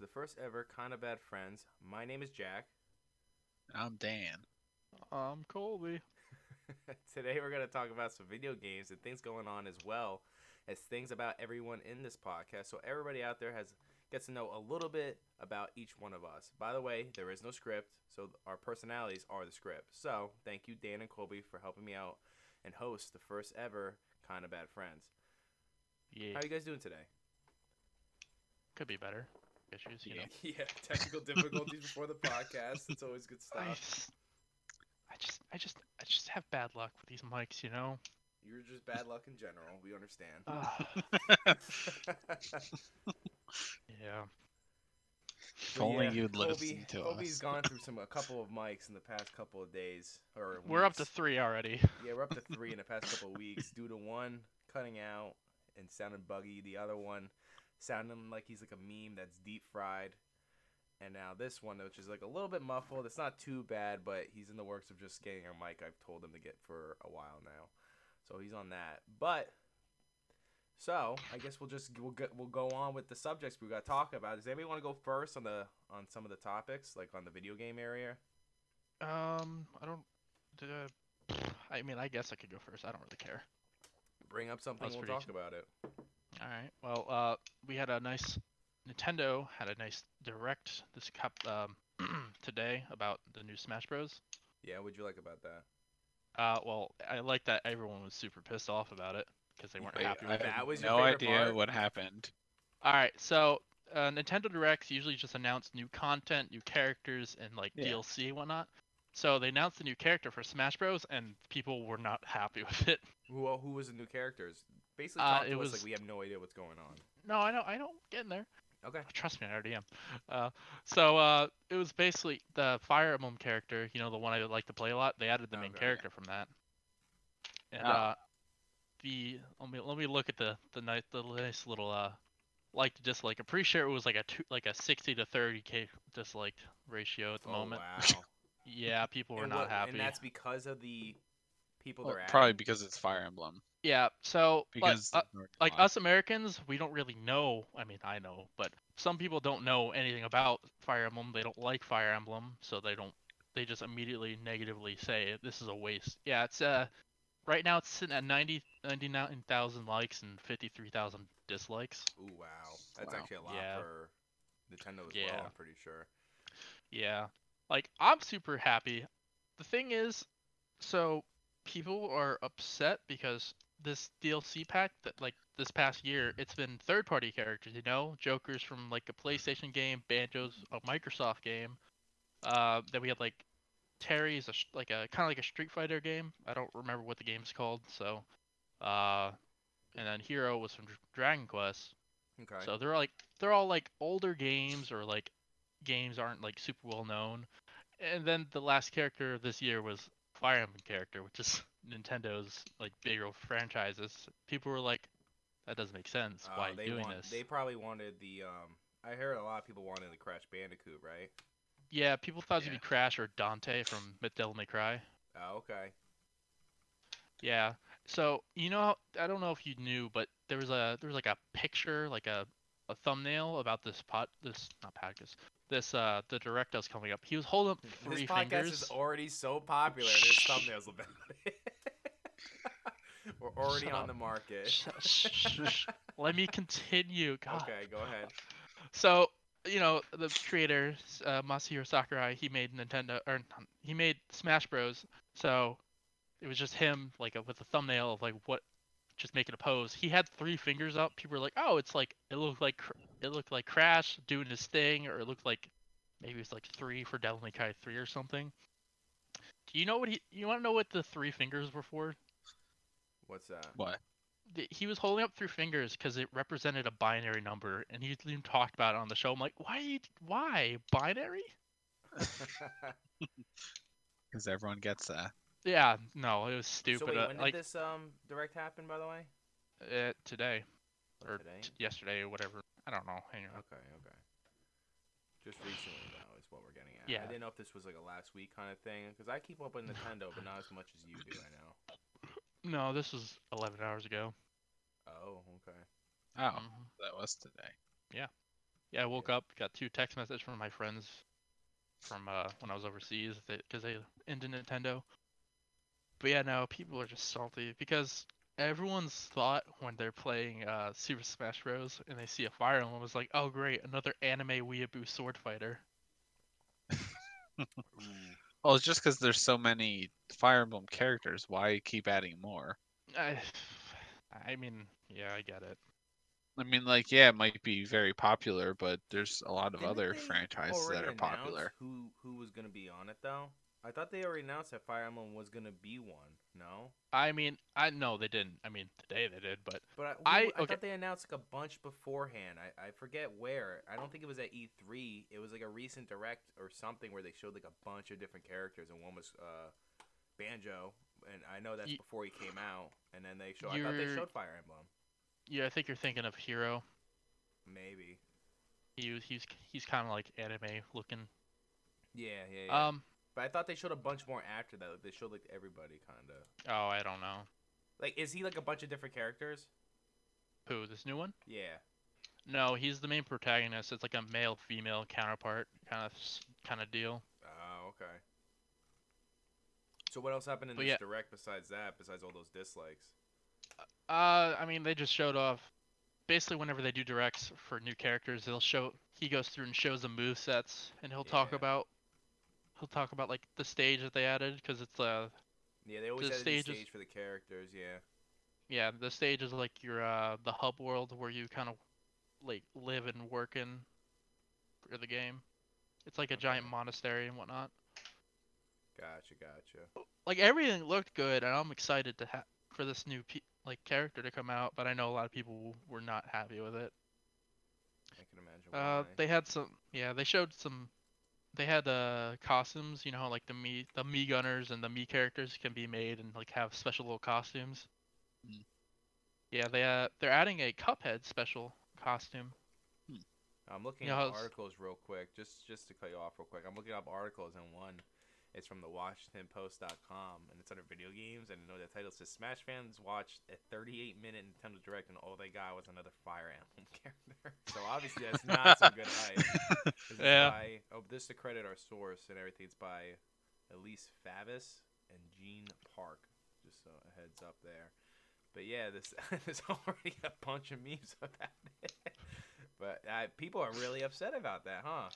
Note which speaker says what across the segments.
Speaker 1: the first ever Kinda Bad Friends. My name is Jack.
Speaker 2: I'm Dan.
Speaker 3: I'm Um, Colby.
Speaker 1: Today we're going to talk about some video games and things going on as well as things about everyone in this podcast. So everybody out there has gets to know a little bit about each one of us. By the way, there is no script, so our personalities are the script. So thank you, Dan and Colby, for helping me out and host the first ever Kinda Bad Friends. How
Speaker 3: Yeah,
Speaker 1: are you guys doing today?
Speaker 3: could be better. Issues, you know.
Speaker 1: Yeah, technical difficulties before the podcast. It's always good
Speaker 3: I, s- I just, I just, I just have bad luck with these mics, you know.
Speaker 1: You're just bad luck in general. We understand.
Speaker 3: Ah, yeah.
Speaker 2: If only you'd
Speaker 1: Colby,
Speaker 2: listen to
Speaker 1: Colby's
Speaker 2: us.
Speaker 1: gone through some a couple of mics in the past couple of days. Or
Speaker 3: We're up to
Speaker 1: weeks.
Speaker 3: three already.
Speaker 1: yeah, we're up to three in the past couple of weeks due to one cutting out and sounding buggy. The other one sounding like he's like a meme that's deep fried. And now this one, which is like a little bit muffled. It's not too bad, but he's in the works of just getting a mic I've told him to get for a while now. So he's on that. But so I guess we'll just we'll go, we'll go on with the subjects we got to talk about. Does anybody want to go first on the on some of the topics like on the video game area?
Speaker 3: Um, I don't. Uh, I mean, I guess I could go first. I don't really care.
Speaker 1: Bring up something.
Speaker 3: That's
Speaker 1: We'll
Speaker 3: pretty
Speaker 1: talk
Speaker 3: easy.
Speaker 1: about it.
Speaker 3: All right. Well, uh, we had a nice Nintendo had a nice direct this cup um today about the new Smash Bros.
Speaker 1: Yeah, what'd you like about that?
Speaker 3: Uh, well, I like that everyone was super pissed off about it because they weren't
Speaker 1: Wait,
Speaker 3: happy.
Speaker 1: I-
Speaker 3: with it.
Speaker 1: That was your
Speaker 2: no
Speaker 1: favorite
Speaker 2: idea
Speaker 1: part?
Speaker 2: what happened.
Speaker 3: All right, so uh, Nintendo Directs usually just announce new content, new characters, and like
Speaker 2: Yeah.
Speaker 3: DLC and whatnot. So they announced the new character for Smash Bros, and people were not happy with it.
Speaker 1: Who uh, who was the new characters? Basically,
Speaker 3: Uh,
Speaker 1: talk to
Speaker 3: it
Speaker 1: us
Speaker 3: was-
Speaker 1: like we have no idea what's going on.
Speaker 3: No, I don't. I don't get in there.
Speaker 1: Okay.
Speaker 3: Trust me, I already am. Uh, so uh, it was basically the Fire Emblem character, you know, the one I like to play a lot. They added the
Speaker 1: Oh,
Speaker 3: main
Speaker 1: Okay.
Speaker 3: character from that. And
Speaker 2: Ah.
Speaker 3: uh, the let me let me look at the the nice the nice little uh like to dislike. I'm pretty sure it was like a two, like a 60 to 30 k dislike ratio at the moment.
Speaker 1: Oh, wow.
Speaker 3: Yeah, people were
Speaker 1: and
Speaker 3: not
Speaker 1: what-
Speaker 3: happy.
Speaker 1: And that's because of the people
Speaker 2: Well,
Speaker 1: they're at.
Speaker 2: probably because it's Fire Emblem.
Speaker 3: Yeah, so but,
Speaker 2: Because
Speaker 3: uh,
Speaker 2: the-
Speaker 3: like us Americans, we don't really know. I mean, I know, but some people don't know anything about Fire Emblem. They don't like Fire Emblem, so they don't. They just immediately negatively say this is a waste. Yeah, it's uh, right now it's sitting at 90, 99,000 likes and fifty three thousand dislikes.
Speaker 1: Ooh, wow. That's
Speaker 2: Wow.
Speaker 1: actually a lot
Speaker 3: Yeah.
Speaker 1: for Nintendo as well.
Speaker 3: Yeah.
Speaker 1: I'm pretty sure.
Speaker 3: Yeah, like I'm super happy. The thing is, so people are upset because this DLC pack that like this past year, it's been third-party characters. You know, Joker's from like a PlayStation game, Banjo's a Microsoft game. Uh, then we had like Terry's a sh- like a kind of like a Street Fighter game. I don't remember what the game's called. So, uh, and then Hero was from Dr- Dragon Quest.
Speaker 1: Okay.
Speaker 3: So they're like they're all like older games or like games aren't like super well known. And then the last character of this year was Fire Emblem character, which is Nintendo's like bigger franchises. People were like, that doesn't make sense.
Speaker 1: Uh,
Speaker 3: Why are
Speaker 1: they
Speaker 3: you doing
Speaker 1: want-
Speaker 3: this?
Speaker 1: They probably wanted the. um. I heard a lot of people wanted the Crash Bandicoot, right?
Speaker 3: Yeah, people thought it'd
Speaker 2: Yeah.
Speaker 3: be Crash or Dante from Devil May Cry.
Speaker 1: Oh, okay.
Speaker 3: Yeah. So you know, I don't know if you knew, but there was a there was like a picture, like a, a thumbnail about this pot, this not podcast, this uh the direct that was coming up. He was holding up three
Speaker 1: this podcast
Speaker 3: fingers.
Speaker 1: is already so popular. There's thumbnails about it. We're already
Speaker 3: Shut
Speaker 1: on
Speaker 3: up.
Speaker 1: the market.
Speaker 3: Sh- sh- sh- sh- Let me continue. God.
Speaker 1: Okay, go ahead.
Speaker 3: So you know the creator uh, Masahiro Sakurai, he made Nintendo or not- he made Smash Bros. So it was just him, like uh, with a thumbnail of like what, just making a pose. He had three fingers up. People were like, oh, it's like it looked like Cr- it looked like Crash doing his thing, or it looked like maybe it's like three for Devil May Cry three or something. Do you know what he? You want to know what the three fingers were for?
Speaker 1: What's that?
Speaker 2: What?
Speaker 3: th- he was holding up three fingers because it represented a binary number, and he even talked about it on the show. I'm like, why? you- Why binary?
Speaker 2: Because everyone gets that.
Speaker 3: Yeah, no, it was stupid.
Speaker 1: So wait,
Speaker 3: uh,
Speaker 1: when
Speaker 3: like
Speaker 1: did this um direct happen, by the way?
Speaker 3: uh, today or
Speaker 1: Today?
Speaker 3: t- yesterday or whatever. I don't know. Hang on.
Speaker 1: Okay, okay. Just recently, though, is what we're getting at. I
Speaker 3: Yeah.
Speaker 1: didn't know if this was like a last week kind of thing because I keep up with Nintendo, but not as much as you do. I know.
Speaker 3: No, this was 11 hours ago.
Speaker 1: Oh, okay.
Speaker 2: Oh,
Speaker 3: Mhm.
Speaker 2: that was today.
Speaker 3: Yeah, I woke up, got two text messages from my friends from uh, when I was overseas because they into Nintendo. But yeah, no, people are just salty because everyone's thought when they're playing uh, Super Smash Bros. and they see a fire emblem was like, oh great, another anime weeaboo sword fighter.
Speaker 2: Well, it's just because there's so many Fire Emblem characters. Why keep adding more?
Speaker 3: I, I mean, yeah, I get it.
Speaker 2: I mean, like, yeah, it might be very popular, but there's a lot of
Speaker 1: Didn't
Speaker 2: other
Speaker 1: they
Speaker 2: franchises that
Speaker 1: already
Speaker 2: are
Speaker 1: announce
Speaker 2: popular.
Speaker 1: Who who was gonna be on it though? I thought they already announced that Fire Emblem was gonna be one. No,
Speaker 3: I mean, I no, they didn't. I mean, today they did, but
Speaker 1: but I who-
Speaker 3: I-
Speaker 1: I,
Speaker 3: okay.
Speaker 1: thought they announced like a bunch beforehand. I, I forget where. I don't think it was at E3. It was like a recent direct or something where they showed like a bunch of different characters, and one was uh, Banjo. And I know that's
Speaker 3: Ye-
Speaker 1: before he came out. And then they showed. I thought they
Speaker 3: You're-
Speaker 1: showed Fire Emblem.
Speaker 3: yeah, I think you're thinking of Hero.
Speaker 1: Maybe.
Speaker 3: He was- he's he's kind of like anime looking.
Speaker 1: Yeah, yeah, yeah.
Speaker 3: Um,
Speaker 1: but I thought they showed a bunch more after that. Like, they showed like everybody kind of.
Speaker 3: oh, I don't know
Speaker 1: Like, is he like a bunch of different characters?
Speaker 3: who this new one.
Speaker 1: Yeah.
Speaker 3: No, he's the main protagonist. It's like a male female counterpart kind of kind of deal.
Speaker 1: Oh, okay. So what else happened in
Speaker 3: But
Speaker 1: this
Speaker 3: yeah.
Speaker 1: direct besides that? Besides all those dislikes?
Speaker 3: Uh, I mean, they just showed off. Basically, whenever they do directs for new characters, they'll show. He goes through and shows the move sets, and he'll talk
Speaker 1: Yeah.
Speaker 3: about. He'll talk about like the stage that they added because it's uh
Speaker 1: Yeah, they always
Speaker 3: The
Speaker 1: had a new
Speaker 3: stages-
Speaker 1: stage for the characters. Yeah.
Speaker 3: yeah the stage is like your uh the hub world where you kind of like live and work in for the game. It's like a giant
Speaker 1: Okay.
Speaker 3: monastery and whatnot.
Speaker 1: Gotcha, gotcha.
Speaker 3: Like everything looked good, and I'm excited to ha- for this new pe- like character to come out. But I know a lot of people were not happy with it.
Speaker 1: I can imagine.
Speaker 3: Uh,
Speaker 1: why.
Speaker 3: they had some. Yeah, they showed some. They had uh costumes. You know, how, like the me the me gunners and the me characters can be made and like have special little costumes.
Speaker 2: Mm.
Speaker 3: Yeah, they uh, they're adding a Cuphead special costume.
Speaker 1: I'm looking
Speaker 3: Yeah,
Speaker 1: up
Speaker 3: it's-
Speaker 1: articles real quick, just just to cut you off real quick. I'm looking up articles, and one is from the WashingtonPost.com, and it's under video games, and the title says Smash fans watched a 38 minute Nintendo Direct, and all they got was another Fire Emblem character. So obviously that's not some good hype. This is
Speaker 3: Yeah.
Speaker 1: by- oh, this to credit our source and everything. It's by Elise Favis and Gene Park. Just so a heads up there. But yeah, this there's already a bunch of memes about it. But uh, people are really upset about that, huh?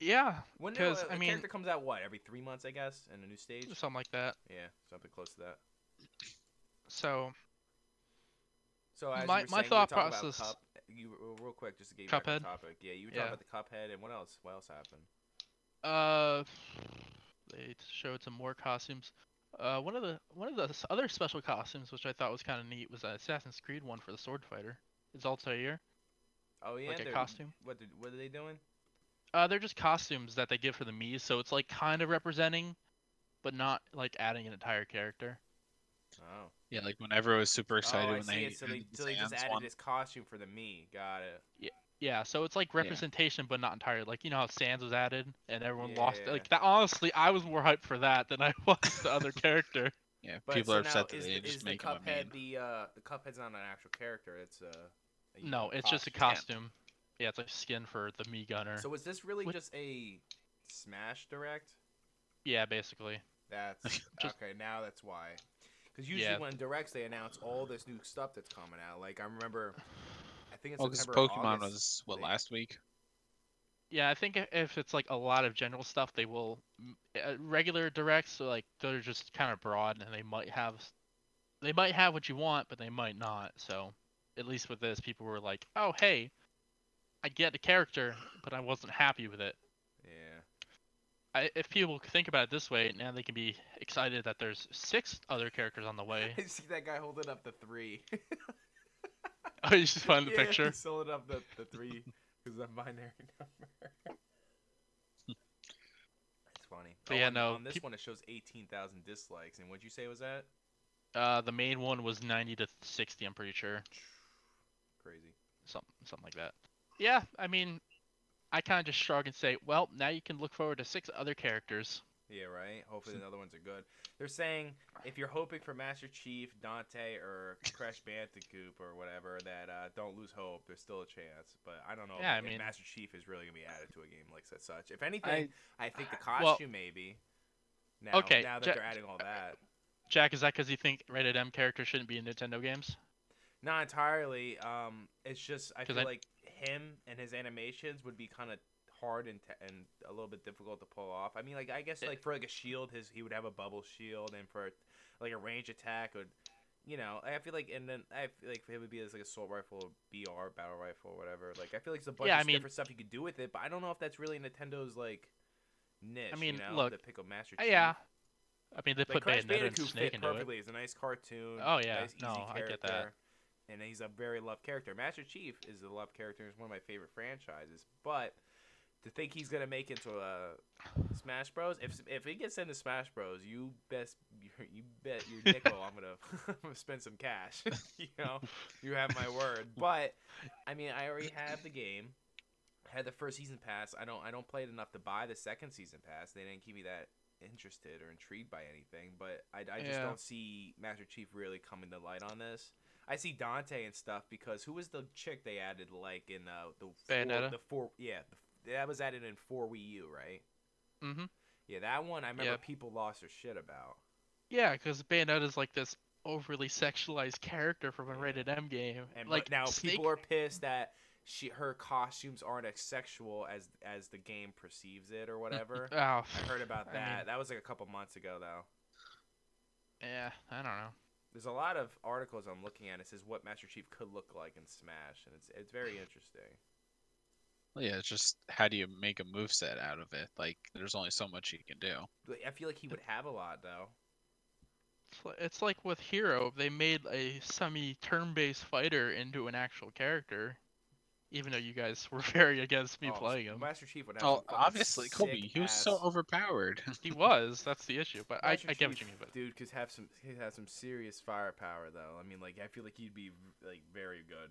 Speaker 3: Yeah,
Speaker 1: When
Speaker 3: 'Cause,
Speaker 1: a,
Speaker 3: I
Speaker 1: a
Speaker 3: mean-
Speaker 1: character comes out, what every three months, I guess, in a new stage.
Speaker 3: something like that.
Speaker 1: Yeah, something close to that.
Speaker 3: So
Speaker 1: So as
Speaker 3: My-
Speaker 1: you were saying,
Speaker 3: my
Speaker 1: you were
Speaker 3: thought
Speaker 1: talking about
Speaker 3: process-
Speaker 1: Cup, you well, real quick, just to get you back on
Speaker 3: Cuphead?
Speaker 1: topic. Yeah, you were
Speaker 3: Yeah.
Speaker 1: talking about the Cuphead, and what else? What else happened?
Speaker 3: Uh, they showed some more costumes. Uh, one of the one of the s- other special costumes, which I thought was kind of neat, was an Assassin's Creed one for the Sword Fighter. It's Altair.
Speaker 1: Oh yeah,
Speaker 3: Like a
Speaker 1: they're-
Speaker 3: costume?
Speaker 1: What did, what are they doing?
Speaker 3: Uh, they're just costumes that they give for the Mii's, so it's like kind of representing, but not like adding an entire character.
Speaker 1: Oh.
Speaker 2: Yeah, like whenever I was super excited
Speaker 1: oh, I
Speaker 2: when
Speaker 1: see
Speaker 2: they,
Speaker 1: it. So they,
Speaker 2: added
Speaker 1: so they just
Speaker 2: Sans
Speaker 1: added
Speaker 2: one.
Speaker 1: his costume for the me. Got it.
Speaker 3: Yeah, so it's like representation, but not entirely. Like you know how Sans was added and everyone lost.
Speaker 1: Yeah.
Speaker 3: Like that. Honestly, I was more hyped for that than I was the other character.
Speaker 2: Yeah,
Speaker 1: But
Speaker 2: people
Speaker 1: so
Speaker 2: are upset
Speaker 1: now,
Speaker 2: that
Speaker 1: is,
Speaker 2: they
Speaker 1: the-
Speaker 2: just
Speaker 1: is the
Speaker 2: make him a
Speaker 1: Cuphead
Speaker 2: meme.
Speaker 1: the uh the Cuphead's not an actual character. It's a, a
Speaker 3: No,
Speaker 1: unique
Speaker 3: it's just a
Speaker 2: costume.
Speaker 3: costume. Yeah, it's like skin for the Mii Gunner.
Speaker 1: So is this really
Speaker 3: What-
Speaker 1: just a Smash Direct?
Speaker 3: yeah, basically.
Speaker 1: That's
Speaker 3: Just-
Speaker 1: okay. Now that's why. Because usually
Speaker 3: Yeah.
Speaker 1: when directs they announce all this new stuff that's coming out. Like I remember, I think it's
Speaker 2: Well, because
Speaker 1: September. or
Speaker 2: Pokemon
Speaker 1: August.
Speaker 2: was what
Speaker 1: they-
Speaker 2: last week.
Speaker 3: Yeah, I think i- if it's like a lot of general stuff, they will m- uh, regular directs. So like they're just kind of broad, and they might have, s- they might have what you want, but they might not. So at least with this, people were like, "Oh, hey, I get the character, but I wasn't happy with it."
Speaker 1: Yeah.
Speaker 3: I, if people could think about it this way, now they can be excited that there's six other characters on the way.
Speaker 1: I see that guy holding up the three.
Speaker 3: oh, you just find the
Speaker 1: Yeah,
Speaker 3: picture.
Speaker 1: He's holding up the, the three because I'm binary number. That's funny. Oh,
Speaker 3: But yeah,
Speaker 1: and
Speaker 3: no,
Speaker 1: On this
Speaker 3: peop-
Speaker 1: one, it shows 18,000 dislikes. And what'd you say was that?
Speaker 3: Uh, the main one was 90 to 60, I'm pretty sure.
Speaker 1: Crazy.
Speaker 3: something something like that. Yeah, I mean, I kind of just shrug and say, well, now you can look forward to six other characters.
Speaker 1: Yeah, right. Hopefully the other ones are good. They're saying if you're hoping for Master Chief, Dante, or Crash Bandicoot or whatever, that uh, don't lose hope. There's still a chance, but I don't know
Speaker 3: Yeah, I
Speaker 1: if, if
Speaker 3: mean-
Speaker 1: Master Chief is really gonna be added to a game like that. Such, if
Speaker 2: I,
Speaker 1: anything, I, think the
Speaker 3: Well-
Speaker 1: costume maybe. Now,
Speaker 3: Okay,
Speaker 1: now that
Speaker 3: Ja-
Speaker 1: they're adding all that,
Speaker 3: Jack, is that because you think rated M characters shouldn't be in Nintendo games?
Speaker 1: not entirely. Um, it's just I
Speaker 3: 'Cause
Speaker 1: feel
Speaker 3: I-
Speaker 1: like him and his animations would be kind of hard and t- and a little bit difficult to pull off. I mean, like I guess
Speaker 3: It-
Speaker 1: like for like a shield, his he would have a bubble shield, and for like a range attack would, you know, I feel like and then I feel like it would be as like a assault rifle, BR battle rifle, whatever. Like I feel like there's a bunch
Speaker 3: Yeah,
Speaker 1: of
Speaker 3: I mean-
Speaker 1: different stuff you could do with it, but I don't know if that's really Nintendo's like niche.
Speaker 3: mean,
Speaker 1: you know,
Speaker 3: look,
Speaker 1: to pick a Master
Speaker 3: Uh,
Speaker 1: Chief.
Speaker 3: yeah. I mean, they
Speaker 1: Like
Speaker 3: put
Speaker 1: Crash
Speaker 3: Bayonetta and
Speaker 1: Bandicoot
Speaker 3: Snake
Speaker 1: fit
Speaker 3: into it.
Speaker 1: perfectly. It's a nice cartoon.
Speaker 3: Oh, yeah.
Speaker 1: nice, easy
Speaker 3: No, I get that.
Speaker 1: character, And he's a very loved character. Master Chief is a loved character. It's one of my favorite franchises. But to think he's gonna make into a Smash Bros. If if he gets into Smash Bros, you best you bet your nickel I'm gonna, I'm gonna spend some cash. you know, you have my word. But I mean, I already have the game. I had the first season pass. I don't I don't play it enough to buy the second season pass. They didn't keep me that interested or intrigued by anything. But I, I just
Speaker 3: Yeah.
Speaker 1: don't see Master Chief really coming to light on this. I see Dante and stuff because who was the chick they added like in uh, the
Speaker 3: Bayonetta?
Speaker 1: Four, the four yeah the, that was added in four Wii U right.
Speaker 3: Mm-hmm.
Speaker 1: Yeah, that one I remember
Speaker 3: Yeah.
Speaker 1: people lost their shit about.
Speaker 3: Yeah, because Bayonetta's like this overly sexualized character from a
Speaker 1: Yeah.
Speaker 3: rated M game.
Speaker 1: And
Speaker 3: like
Speaker 1: like now
Speaker 3: Snake,
Speaker 1: people are pissed that she her costumes aren't as sexual as as the game perceives it or whatever.
Speaker 3: Oh,
Speaker 1: I heard about
Speaker 3: I
Speaker 1: that.
Speaker 3: mean-
Speaker 1: that was like a couple months ago though.
Speaker 3: yeah, I don't know.
Speaker 1: There's a lot of articles I'm looking at. It says what Master Chief could look like in Smash, and it's it's very interesting.
Speaker 2: well, yeah, it's just how do you make a moveset out of it? Like, there's only so much you can do.
Speaker 1: Like, I feel like he would have a lot though.
Speaker 3: It's li- It's like with Hero, they made a semi-turn-based fighter into an actual character, even though you guys were very against me
Speaker 1: Oh,
Speaker 3: playing him.
Speaker 1: Master Chief would have.
Speaker 2: Oh,
Speaker 1: some fucking
Speaker 2: obviously, Kobe,
Speaker 1: sick
Speaker 2: he was so
Speaker 1: ass-
Speaker 2: overpowered.
Speaker 3: He was. That's the issue. But I,
Speaker 1: Master
Speaker 3: I get what
Speaker 1: Chief,
Speaker 3: you mean. But
Speaker 1: dude could have some could have some serious firepower though. I mean, like I feel like he'd be like very good,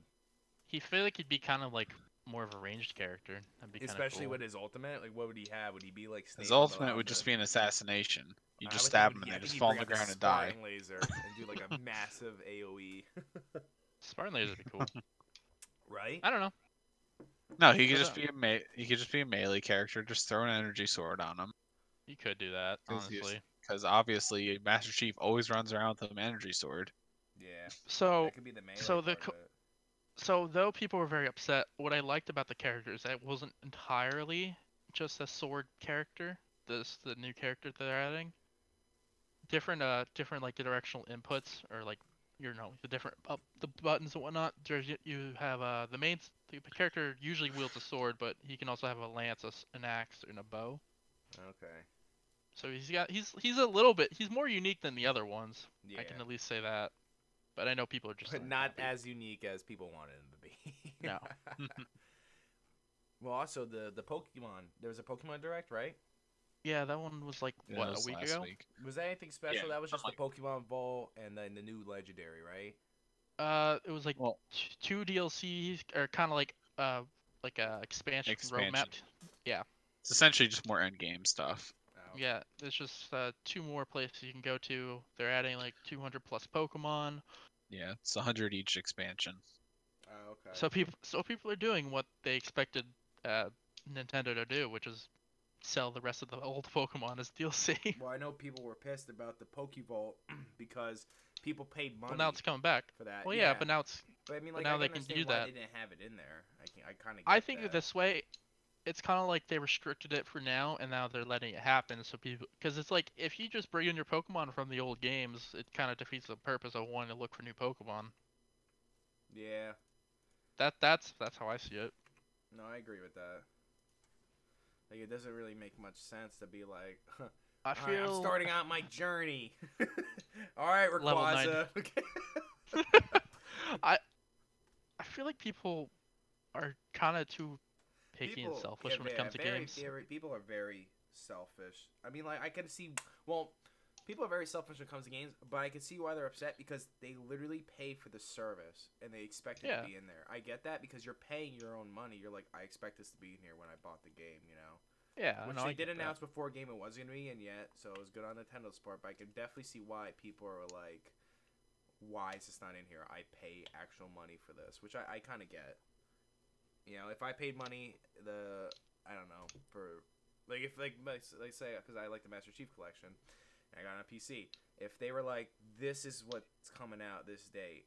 Speaker 3: he feel like he'd be kind of like more of a ranged character. That'd be kinda
Speaker 1: especially
Speaker 3: cool.
Speaker 1: with his ultimate. Like, what would he have? Would he be like Snape
Speaker 2: His
Speaker 1: with an
Speaker 2: ultimate would just
Speaker 1: outfit?
Speaker 2: be an assassination. You
Speaker 1: I
Speaker 2: just
Speaker 1: would
Speaker 2: stab
Speaker 1: think
Speaker 2: him
Speaker 1: he would- I
Speaker 2: and they
Speaker 1: think
Speaker 2: just
Speaker 1: he'd
Speaker 2: fall on
Speaker 1: bring
Speaker 2: the
Speaker 1: out
Speaker 2: ground and die.
Speaker 1: Spartan laser and do like a E, massive AOE,
Speaker 3: Spartan Laser would be cool.
Speaker 1: right?
Speaker 3: I don't know.
Speaker 2: No, he could
Speaker 3: Shut
Speaker 2: just
Speaker 3: up.
Speaker 2: be a me- he could just be a melee character. Just throw an energy sword on him
Speaker 3: You could do that,
Speaker 2: Is he a s-
Speaker 3: honestly.
Speaker 2: because obviously Master Chief always runs around with an energy sword.
Speaker 1: Yeah,
Speaker 3: So
Speaker 1: that could be the main.
Speaker 3: so the co- So though people were very upset, what I liked about the character is that it wasn't entirely just a sword character. This the new character that they're adding. Different uh different like directional inputs or like you know the different up the buttons and whatnot. There's y- you have uh the main s- the character usually wields a sword, but he can also have a lance, a s an axe, and a bow.
Speaker 1: okay,
Speaker 3: So he's got he's he's a little bit he's more unique than the other ones.
Speaker 1: yeah,
Speaker 3: I can at least say that. But I know people are just
Speaker 1: but
Speaker 3: unhappy.
Speaker 1: not as unique as people wanted him to be.
Speaker 3: No.
Speaker 1: well, also the the Pokemon. There was a Pokemon Direct, right?
Speaker 3: yeah that one was like
Speaker 2: It
Speaker 3: what
Speaker 2: was
Speaker 3: a week
Speaker 2: last
Speaker 3: ago.
Speaker 2: week.
Speaker 1: Was that anything special? that was just
Speaker 2: something
Speaker 1: the Pokemon Ball and then the new Legendary, right?
Speaker 3: Uh, it was like
Speaker 2: Well-
Speaker 3: t- two DLCs or kind of like uh like a expansion, roadmap.
Speaker 2: Expansion. It's essentially just more end game stuff.
Speaker 1: Oh,
Speaker 3: Yeah, there's just uh, two more places you can go to. They're adding like 200 plus Pokemon.
Speaker 2: Yeah, it's a hundred each expansion.
Speaker 1: Oh, okay.
Speaker 3: So people so people are doing what they expected uh, Nintendo to do, which is sell the rest of the old Pokemon as DLC.
Speaker 1: well, I know people were pissed about the Pokevault because people paid money Uh,
Speaker 3: well, now it's coming back.
Speaker 1: for that.
Speaker 3: Well, yeah, but now it's.
Speaker 1: But I mean,
Speaker 3: But
Speaker 1: like,
Speaker 3: now
Speaker 1: I
Speaker 3: they
Speaker 1: can
Speaker 3: can
Speaker 1: understand
Speaker 3: do
Speaker 1: why
Speaker 3: that.
Speaker 1: They didn't have it in there. I can, I kind of.
Speaker 3: I think
Speaker 1: that.
Speaker 3: this way, it's kind of like they restricted it for now, and now they're letting it happen. So people, because it's like if you just bring in your Pokemon from the old games, it kind of defeats the purpose of wanting to look for new Pokemon.
Speaker 1: Yeah.
Speaker 3: That that's that's how I see it.
Speaker 1: No, I agree with that. Like, it doesn't really make much sense to be like,
Speaker 3: I
Speaker 1: "All right,
Speaker 3: feel.
Speaker 1: I'm starting out my journey. All right,
Speaker 3: Level nine.
Speaker 1: Rayquaza. Okay.
Speaker 3: I I feel like people are kind of too picky and selfish
Speaker 1: yeah,
Speaker 3: when it
Speaker 1: they're
Speaker 3: comes to
Speaker 1: very-
Speaker 3: games.
Speaker 1: very- people are very selfish. I mean, like I can see. Well, people are very selfish when it comes to games, but I can see why they're upset because they literally pay for the service and they expect it
Speaker 3: Yeah.
Speaker 1: to be in there. I get that because you're paying your own money. You're like, I expect this to be in here when I bought the game. You know.
Speaker 3: Yeah,
Speaker 1: Which
Speaker 3: no,
Speaker 1: they
Speaker 3: I
Speaker 1: did
Speaker 3: get that.
Speaker 1: announce before game it wasn't gonna be in yet, so it was good on Nintendo's part. But I can definitely see why people are like, "Why is this not in here? I pay actual money for this," which I, I kind of get. You know, if I paid money, the I don't know for like if like my- like say because I like the Master Chief Collection, and I got it on PC. If they were like, "This is what's coming out this date,"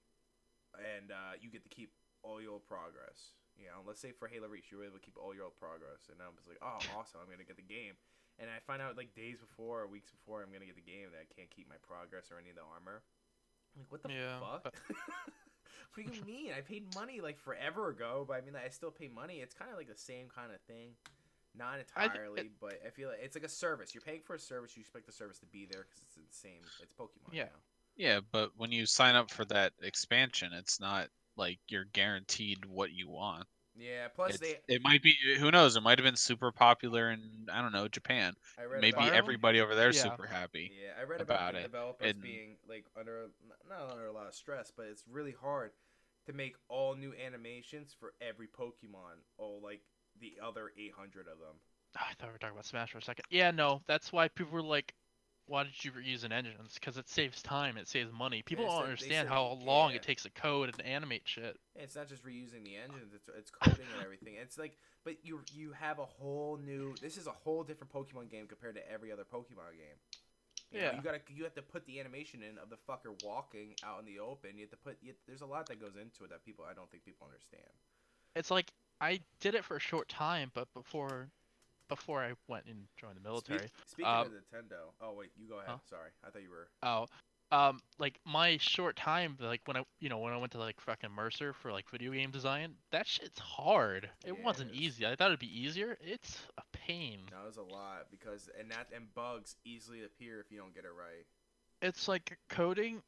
Speaker 1: and uh, you get to keep all your old progress. You know, let's say for Halo Reach, you were able to keep all your old progress, and I was like, oh, awesome, I'm gonna get the game. And I find out like days before or weeks before I'm gonna get the game that I can't keep my progress or any of the armor. I'm like, what the
Speaker 3: Yeah,
Speaker 1: fuck?
Speaker 3: but-
Speaker 1: what do you mean? I paid money like forever ago, but I mean, I still pay money. It's kind of like the same kind of thing. Not
Speaker 3: I thi-
Speaker 1: entirely, but I feel like it's like a service. You're paying for a service. You expect the service to be there because it's the same. It's Pokemon.
Speaker 3: Yeah.
Speaker 1: now.
Speaker 2: Yeah, but when you sign up for that expansion, it's not like you're guaranteed what you want.
Speaker 1: Yeah. Plus,
Speaker 2: It's-
Speaker 1: they.
Speaker 2: it might be who knows, it might have been super popular in I don't know, Japan.
Speaker 1: I read
Speaker 2: Maybe
Speaker 1: about it.
Speaker 2: everybody over there is
Speaker 3: Yeah.
Speaker 2: super happy.
Speaker 1: Yeah, I read about,
Speaker 2: about
Speaker 1: the
Speaker 2: it,
Speaker 1: developers
Speaker 2: and-
Speaker 1: being like under not under a lot of stress, but it's really hard to make all new animations for every Pokemon, all like the other 800 of them.
Speaker 3: Ah, I thought we were talking about Smash for a second. Yeah, no, that's why people were like, "Why did you use an engine?" Because it saves time, it saves money. People
Speaker 1: it's
Speaker 3: don't
Speaker 1: that- they
Speaker 3: understand
Speaker 1: said-
Speaker 3: how long
Speaker 1: yeah.
Speaker 3: it takes to code and animate shit.
Speaker 1: And it's not just reusing the engines; it's it's coding and everything. It's like, but you you have a whole new. This is a whole different Pokemon game compared to every other Pokemon game. You know,
Speaker 3: Yeah.
Speaker 1: you gotta you have to put the animation in of the fucker walking out in the open. You have to put you there's a lot that goes into it that people I don't think people understand.
Speaker 3: It's like I did it for a short time, but before, before I went and joined the
Speaker 1: Spe-
Speaker 3: military,
Speaker 1: speaking
Speaker 3: Um,
Speaker 1: of Nintendo, oh wait, you go ahead.
Speaker 3: Huh?
Speaker 1: Sorry, I thought you were.
Speaker 3: Oh, um, like my short time, like when I, you know, when I went to like fucking Mercer for like video game design, that shit's hard. It
Speaker 1: Yeah, it
Speaker 3: wasn't
Speaker 1: is.
Speaker 3: easy. I thought it'd be easier. It's a pain.
Speaker 1: That was a lot because and that and bugs easily appear if you don't get it right.
Speaker 3: It's like coding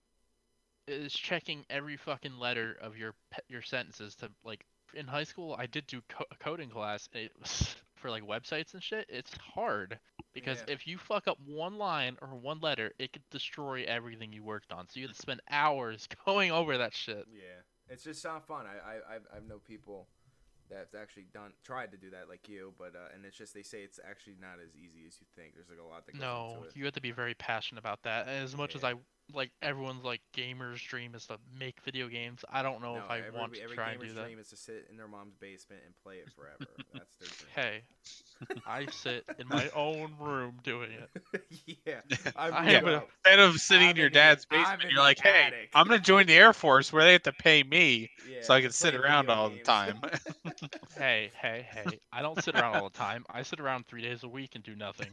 Speaker 3: is checking every fucking letter of your pe- your sentences to like. In high school, I did do co- a coding class. and It was for like websites and shit. It's hard because
Speaker 1: Yeah.
Speaker 3: if you fuck up one line or one letter, it could destroy everything you worked on. So you had to spend hours going over that shit.
Speaker 1: Yeah, it's just not fun. I I I've, I've know people that's actually done tried to do that like you, but uh, and it's just they say it's actually not as easy as you think. There's like a lot that goes
Speaker 3: No,
Speaker 1: into it.
Speaker 3: you have to be very passionate about that. And as much as
Speaker 1: Yeah.
Speaker 3: I like, everyone's like gamer's dream is to make video games. I don't know if I
Speaker 1: every,
Speaker 3: want to
Speaker 1: every
Speaker 3: try and
Speaker 1: gamer's
Speaker 3: do that.
Speaker 1: dream is to sit in their mom's basement and play it forever. That's their dream.
Speaker 3: Hey, I sit in my own room doing it.
Speaker 1: yeah,
Speaker 3: I
Speaker 1: I'm
Speaker 3: am
Speaker 1: real.
Speaker 3: a-
Speaker 2: Instead of sitting
Speaker 1: I'm
Speaker 2: in your
Speaker 1: in the-
Speaker 2: dad's
Speaker 1: I'm
Speaker 2: basement,
Speaker 1: in
Speaker 2: you're
Speaker 1: the
Speaker 2: like, "Hey,
Speaker 1: attic."
Speaker 2: I'm gonna join the Air Force where they have to pay me so
Speaker 1: Yeah,
Speaker 2: I can sit
Speaker 1: play
Speaker 2: around
Speaker 1: video
Speaker 2: all the
Speaker 1: games.
Speaker 2: time."
Speaker 3: Hey, hey, hey! I don't sit around all the time. I sit around three days a week and do nothing.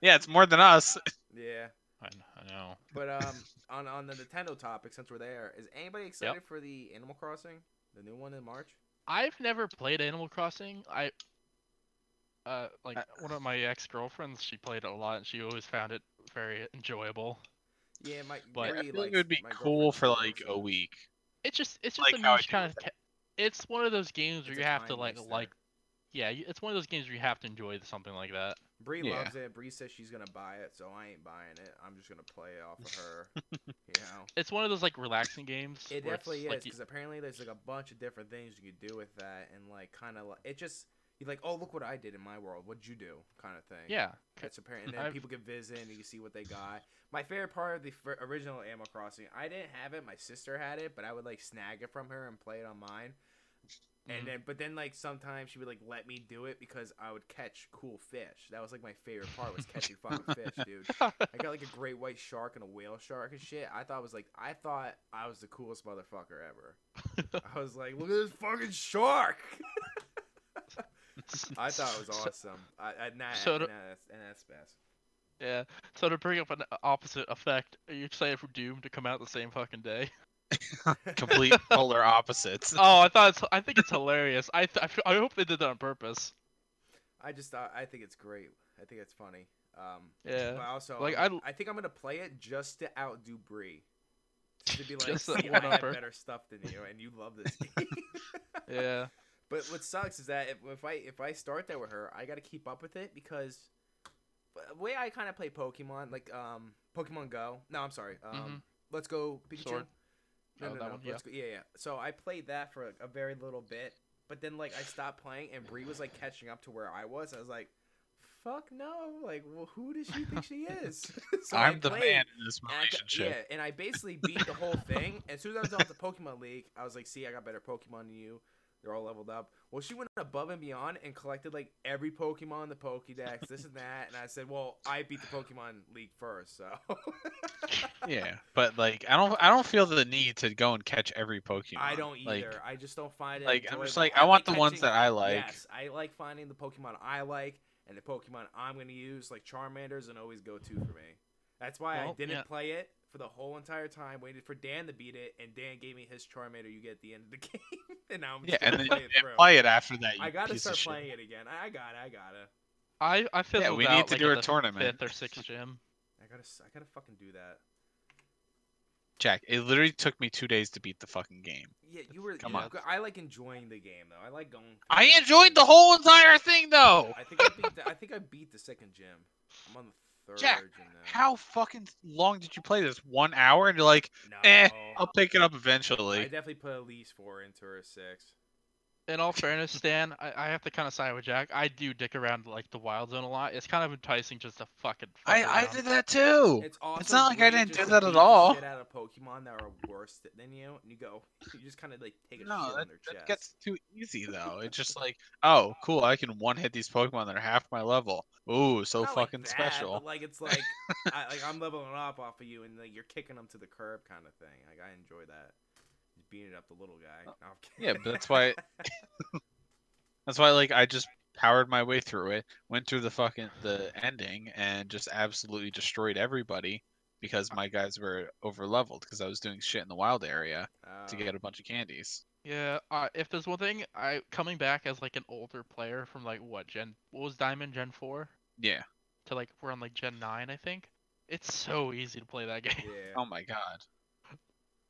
Speaker 2: yeah, it's more than us.
Speaker 1: yeah.
Speaker 3: I, kn- I know.
Speaker 1: But um, on on the Nintendo topic, since we're there, is anybody excited for the Animal Crossing, the new one in March?
Speaker 3: I've never played Animal Crossing. I, uh, like one of my ex girlfriends, she played it a lot, and she always found it very enjoyable.
Speaker 1: Yeah, my
Speaker 3: But-
Speaker 2: I
Speaker 1: Mary
Speaker 2: feel like it
Speaker 1: likes-
Speaker 2: would be
Speaker 1: my
Speaker 2: cool for
Speaker 1: girlfriend
Speaker 2: like
Speaker 1: likes
Speaker 2: a
Speaker 1: it.
Speaker 2: week.
Speaker 3: It's just it's just
Speaker 2: Like
Speaker 3: a
Speaker 2: how I
Speaker 3: niche
Speaker 2: do
Speaker 3: kind of.
Speaker 2: with
Speaker 3: Ca- it's one of those games where
Speaker 1: It's
Speaker 3: you
Speaker 1: a
Speaker 3: have to
Speaker 1: time
Speaker 3: like
Speaker 1: waster.
Speaker 3: like yeah, you- it's one of those games where you have to enjoy something like that.
Speaker 1: Bree
Speaker 2: Yeah.
Speaker 1: loves it. Bree says she's gonna buy it, so I ain't buying it. I'm just gonna play it off of her. you know,
Speaker 3: It's one of those like relaxing games.
Speaker 1: it
Speaker 3: where it's,
Speaker 1: definitely is
Speaker 3: like, you-
Speaker 1: because apparently there's like a bunch of different things you could do with that, and like kind of like it just you're like, oh look what I did in my world. What'd you do? Kind of thing.
Speaker 3: yeah, c-
Speaker 1: That's apparent. And then
Speaker 3: I've-
Speaker 1: people can visit and you can see what they got. My favorite part of the fir- original Animal Crossing, I didn't have it. My sister had it, but I would like snag it from her and play it on mine.
Speaker 3: Mhm.
Speaker 1: And then, but then like sometimes she would like let me do it because I would catch cool fish. That was like my favorite part was catching fucking fish, dude. I got like a great white shark and a whale shark and shit. I thought it was like I thought I was the coolest motherfucker ever. I was like, look at this fucking shark. I thought it was
Speaker 3: So-
Speaker 1: awesome. I, I, nah,
Speaker 3: so do-
Speaker 1: nah, that's, and that's best.
Speaker 3: yeah. So to bring up an opposite effect, are you excited for Doom to come out the same fucking day?
Speaker 2: Complete polar opposites.
Speaker 3: Oh, I thought it's, I think it's hilarious. I th- I f- I hope they did that on purpose.
Speaker 1: I just thought I think it's great. I think it's funny. Um, but
Speaker 3: Yeah.
Speaker 1: also
Speaker 3: Like,
Speaker 1: I'm-
Speaker 3: I-
Speaker 1: I think I'm gonna play it just to outdo Bree. Just to be like,
Speaker 3: Just
Speaker 1: "See,
Speaker 3: a
Speaker 1: I have
Speaker 3: one-upper."
Speaker 1: better stuff than you, and you love this game.
Speaker 3: Yeah.
Speaker 1: but what sucks is that if, if I if I start that with her, I gotta keep up with it because the way I kind of play Pokemon, like um Pokemon Go. No, I'm sorry. Um, Let's go Pikachu.
Speaker 3: Mm-hmm. Sword.
Speaker 1: No,
Speaker 3: Oh,
Speaker 1: no,
Speaker 3: that
Speaker 1: no.
Speaker 3: one,
Speaker 1: Let's go. Yeah, yeah. So I played that for a, a very little bit, But then like I stopped playing, and Bree was like catching up to where I was. I was like, "Fuck no! Like, well, who does she think she is?" So I
Speaker 2: I'm the
Speaker 1: played,
Speaker 2: man in this
Speaker 1: and I got-
Speaker 2: relationship.
Speaker 1: yeah, and I basically beat the whole thing. As soon as I was off the Pokemon League, I was like, "See, I got better Pokemon than you. They're all leveled up." Well, she went above and beyond and collected like every Pokemon in the Pokédex, this and that. And I said, "Well, I beat the Pokemon League first, so."
Speaker 2: Yeah, but like I don't I don't feel the need to go and catch every Pokemon.
Speaker 1: I don't either.
Speaker 2: Like,
Speaker 1: I just don't find it.
Speaker 2: like I'm just
Speaker 1: enjoyable.
Speaker 2: like I want the
Speaker 1: like
Speaker 2: ones
Speaker 1: catching-
Speaker 2: that I like.
Speaker 1: Yes, I like finding the Pokemon I like and the Pokemon I'm gonna use. Like Charmander's and always go to for me. That's why I
Speaker 3: Well,
Speaker 1: didn't
Speaker 3: yeah.
Speaker 1: play it for the whole entire time. Waited for Dan to beat it, and Dan gave me his Charmander. You get at the end of the game, and now I'm
Speaker 2: Yeah,
Speaker 1: just
Speaker 2: and
Speaker 1: gonna
Speaker 2: then
Speaker 1: play it
Speaker 2: and
Speaker 1: through.
Speaker 2: play it after that. You
Speaker 1: I gotta
Speaker 2: piece
Speaker 1: start
Speaker 2: of shit.
Speaker 1: playing it again. I, I gotta, I gotta,
Speaker 3: I I fizzled
Speaker 2: we need
Speaker 3: out,
Speaker 2: to
Speaker 3: like,
Speaker 2: do
Speaker 3: at
Speaker 2: a
Speaker 3: the
Speaker 2: tournament.
Speaker 3: fifth or sixth gym.
Speaker 1: I gotta, s- I gotta fucking do that.
Speaker 2: Jack, it literally took me two days to beat the fucking game.
Speaker 1: Yeah, you were.
Speaker 2: Come
Speaker 1: you-
Speaker 2: on.
Speaker 1: I like enjoying the game though. I like going. through
Speaker 2: I
Speaker 1: it.
Speaker 2: enjoyed the whole entire thing though.
Speaker 1: I think I beat. The, I think I beat the second gym. I'm on the third
Speaker 2: Jack,
Speaker 1: gym now.
Speaker 2: How fucking long did you play this? One hour, and you're like,
Speaker 1: No.
Speaker 2: eh, I'll pick it up
Speaker 1: I
Speaker 2: eventually.
Speaker 1: definitely put at least four into her six.
Speaker 3: In all fairness, Stan, I, I have to kind of side with Jack. I do dick around like the wild zone a lot. It's kind of enticing just to fucking. Fuck
Speaker 2: I, I
Speaker 3: around.
Speaker 2: did that too.
Speaker 1: It's awesome.
Speaker 2: not like I
Speaker 1: great
Speaker 2: didn't
Speaker 1: just
Speaker 2: do
Speaker 1: to
Speaker 2: that at
Speaker 1: beat the
Speaker 2: all.
Speaker 1: Shit out of Pokemon that are worse th- than you, and you go, you just kind of like take a
Speaker 2: No,
Speaker 1: shit
Speaker 2: that,
Speaker 1: on their
Speaker 2: that
Speaker 1: chest.
Speaker 2: gets too easy though. It's just like, oh, cool, I can one hit these Pokemon that are half my level. Ooh, so
Speaker 1: Not like
Speaker 2: fucking
Speaker 1: that,
Speaker 2: special.
Speaker 1: But like it's like, I, like I'm leveling up off of you, and like you're kicking them to the curb, kind of thing. Like I enjoy that. Just beating up the little guy.
Speaker 2: Oh,
Speaker 1: No, I'm kidding.
Speaker 2: Yeah, but that's why. that's why, like, I just powered my way through it, went through the fucking the ending, and just absolutely destroyed everybody because my guys were over leveled because I was doing shit in the wild area to
Speaker 1: Um,
Speaker 2: get a bunch of candies.
Speaker 3: Yeah, uh, if there's one thing I coming back as like an older player from like what gen what was Diamond Gen four
Speaker 2: Yeah.
Speaker 3: to like we're on like Gen nine I think. It's so easy to play that game.
Speaker 1: Yeah.
Speaker 2: Oh my god.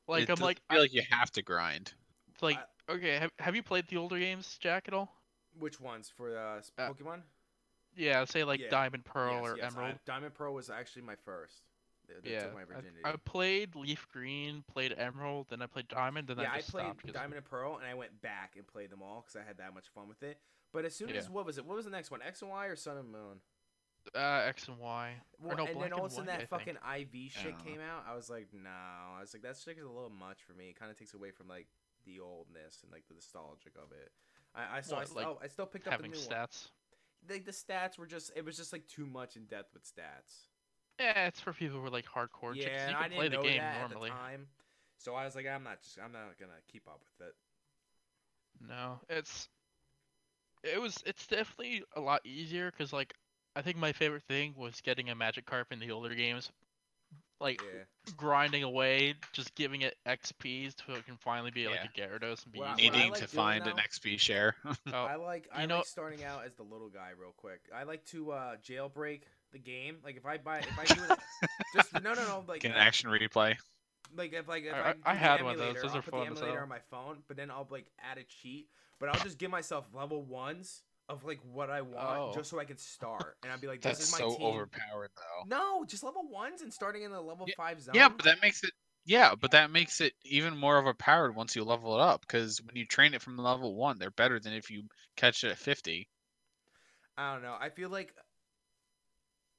Speaker 3: Like
Speaker 2: It
Speaker 3: I'm
Speaker 2: doesn't
Speaker 3: like I,
Speaker 2: feel like you have to grind.
Speaker 3: like okay. Have, have you played the older games, Jack, at all?
Speaker 1: Which ones for uh, s-
Speaker 3: Uh,
Speaker 1: Pokemon?
Speaker 3: Yeah, say like
Speaker 1: Yeah,
Speaker 3: Diamond Pearl
Speaker 1: Yes,
Speaker 3: or
Speaker 1: yes, I-
Speaker 3: Emerald.
Speaker 1: Diamond Pearl was actually my first. They, they
Speaker 3: yeah,
Speaker 1: took my virginity.
Speaker 3: I, I played Leaf Green, played Emerald, then I played Diamond, and
Speaker 1: yeah,
Speaker 3: I
Speaker 1: I
Speaker 3: just
Speaker 1: played
Speaker 3: stopped. 'cause-
Speaker 1: Diamond and Pearl, and I went back and played them all because I had that much fun with it. But as soon
Speaker 2: Yeah.
Speaker 1: as what was it? What was the next one? X and Y or Sun and Moon?
Speaker 3: Uh, X and Y.
Speaker 1: Well,
Speaker 3: no,
Speaker 1: and
Speaker 3: Black
Speaker 1: then all
Speaker 3: and
Speaker 1: of a sudden
Speaker 3: White,
Speaker 1: that
Speaker 3: I think.
Speaker 1: fucking IV shit
Speaker 2: Yeah.
Speaker 1: came out. I was like, no. I was like, that shit is a little much for me. It kind of takes away from like the oldness and like the nostalgic of it. I, I still, I,
Speaker 3: What,
Speaker 1: still
Speaker 3: like,
Speaker 1: I still picked up the
Speaker 3: Having
Speaker 1: new one.
Speaker 3: stats.
Speaker 1: Like the stats were just, it was just like too much in depth with stats.
Speaker 3: Yeah, it's for people who are like hardcore. chicks.
Speaker 1: Yeah, and
Speaker 3: you can
Speaker 1: I didn't
Speaker 3: play the
Speaker 1: know
Speaker 3: game
Speaker 1: that
Speaker 3: normally.
Speaker 1: at the time. So I was like, I'm not just, I'm not gonna keep up with it.
Speaker 3: No, it's it was it's definitely a lot easier because like I think my favorite thing was getting a magic carp in the older games, like
Speaker 1: Yeah.
Speaker 3: grinding away, just giving it XPs till it can finally be like
Speaker 2: Yeah.
Speaker 3: a Gyarados and be
Speaker 1: Well, I- what
Speaker 3: useful.
Speaker 2: Needing
Speaker 1: like
Speaker 2: to
Speaker 1: doing
Speaker 2: find an
Speaker 1: now-
Speaker 2: XP share.
Speaker 3: Oh,
Speaker 1: I like
Speaker 3: you
Speaker 1: I
Speaker 3: know-
Speaker 1: like starting out as the little guy real quick. I like to uh jailbreak the game. Like if I buy if I do it just no no no like
Speaker 2: Get an action replay.
Speaker 1: like if like if
Speaker 3: I-
Speaker 1: I,
Speaker 3: I-
Speaker 1: do
Speaker 3: I
Speaker 1: the
Speaker 3: had one of those.
Speaker 1: emulator,
Speaker 3: Those
Speaker 1: I'll
Speaker 3: are
Speaker 1: put
Speaker 3: fun
Speaker 1: the
Speaker 3: as
Speaker 1: emulator
Speaker 3: hell.
Speaker 1: on my phone, but then I'll like add a cheat. But I'll just give myself level ones of like what I want
Speaker 3: Oh.
Speaker 1: just so I can start. And I'd be like, this
Speaker 2: That's
Speaker 1: is my
Speaker 2: so
Speaker 1: team.
Speaker 2: overpowered though.
Speaker 1: No, just level ones and starting in the level five zone.
Speaker 2: Yeah, but that makes it. Yeah, but that makes it even more overpowered once you level it up. Because when you train it from level one, they're better than if you catch it at fifty.
Speaker 1: I don't know. I feel like.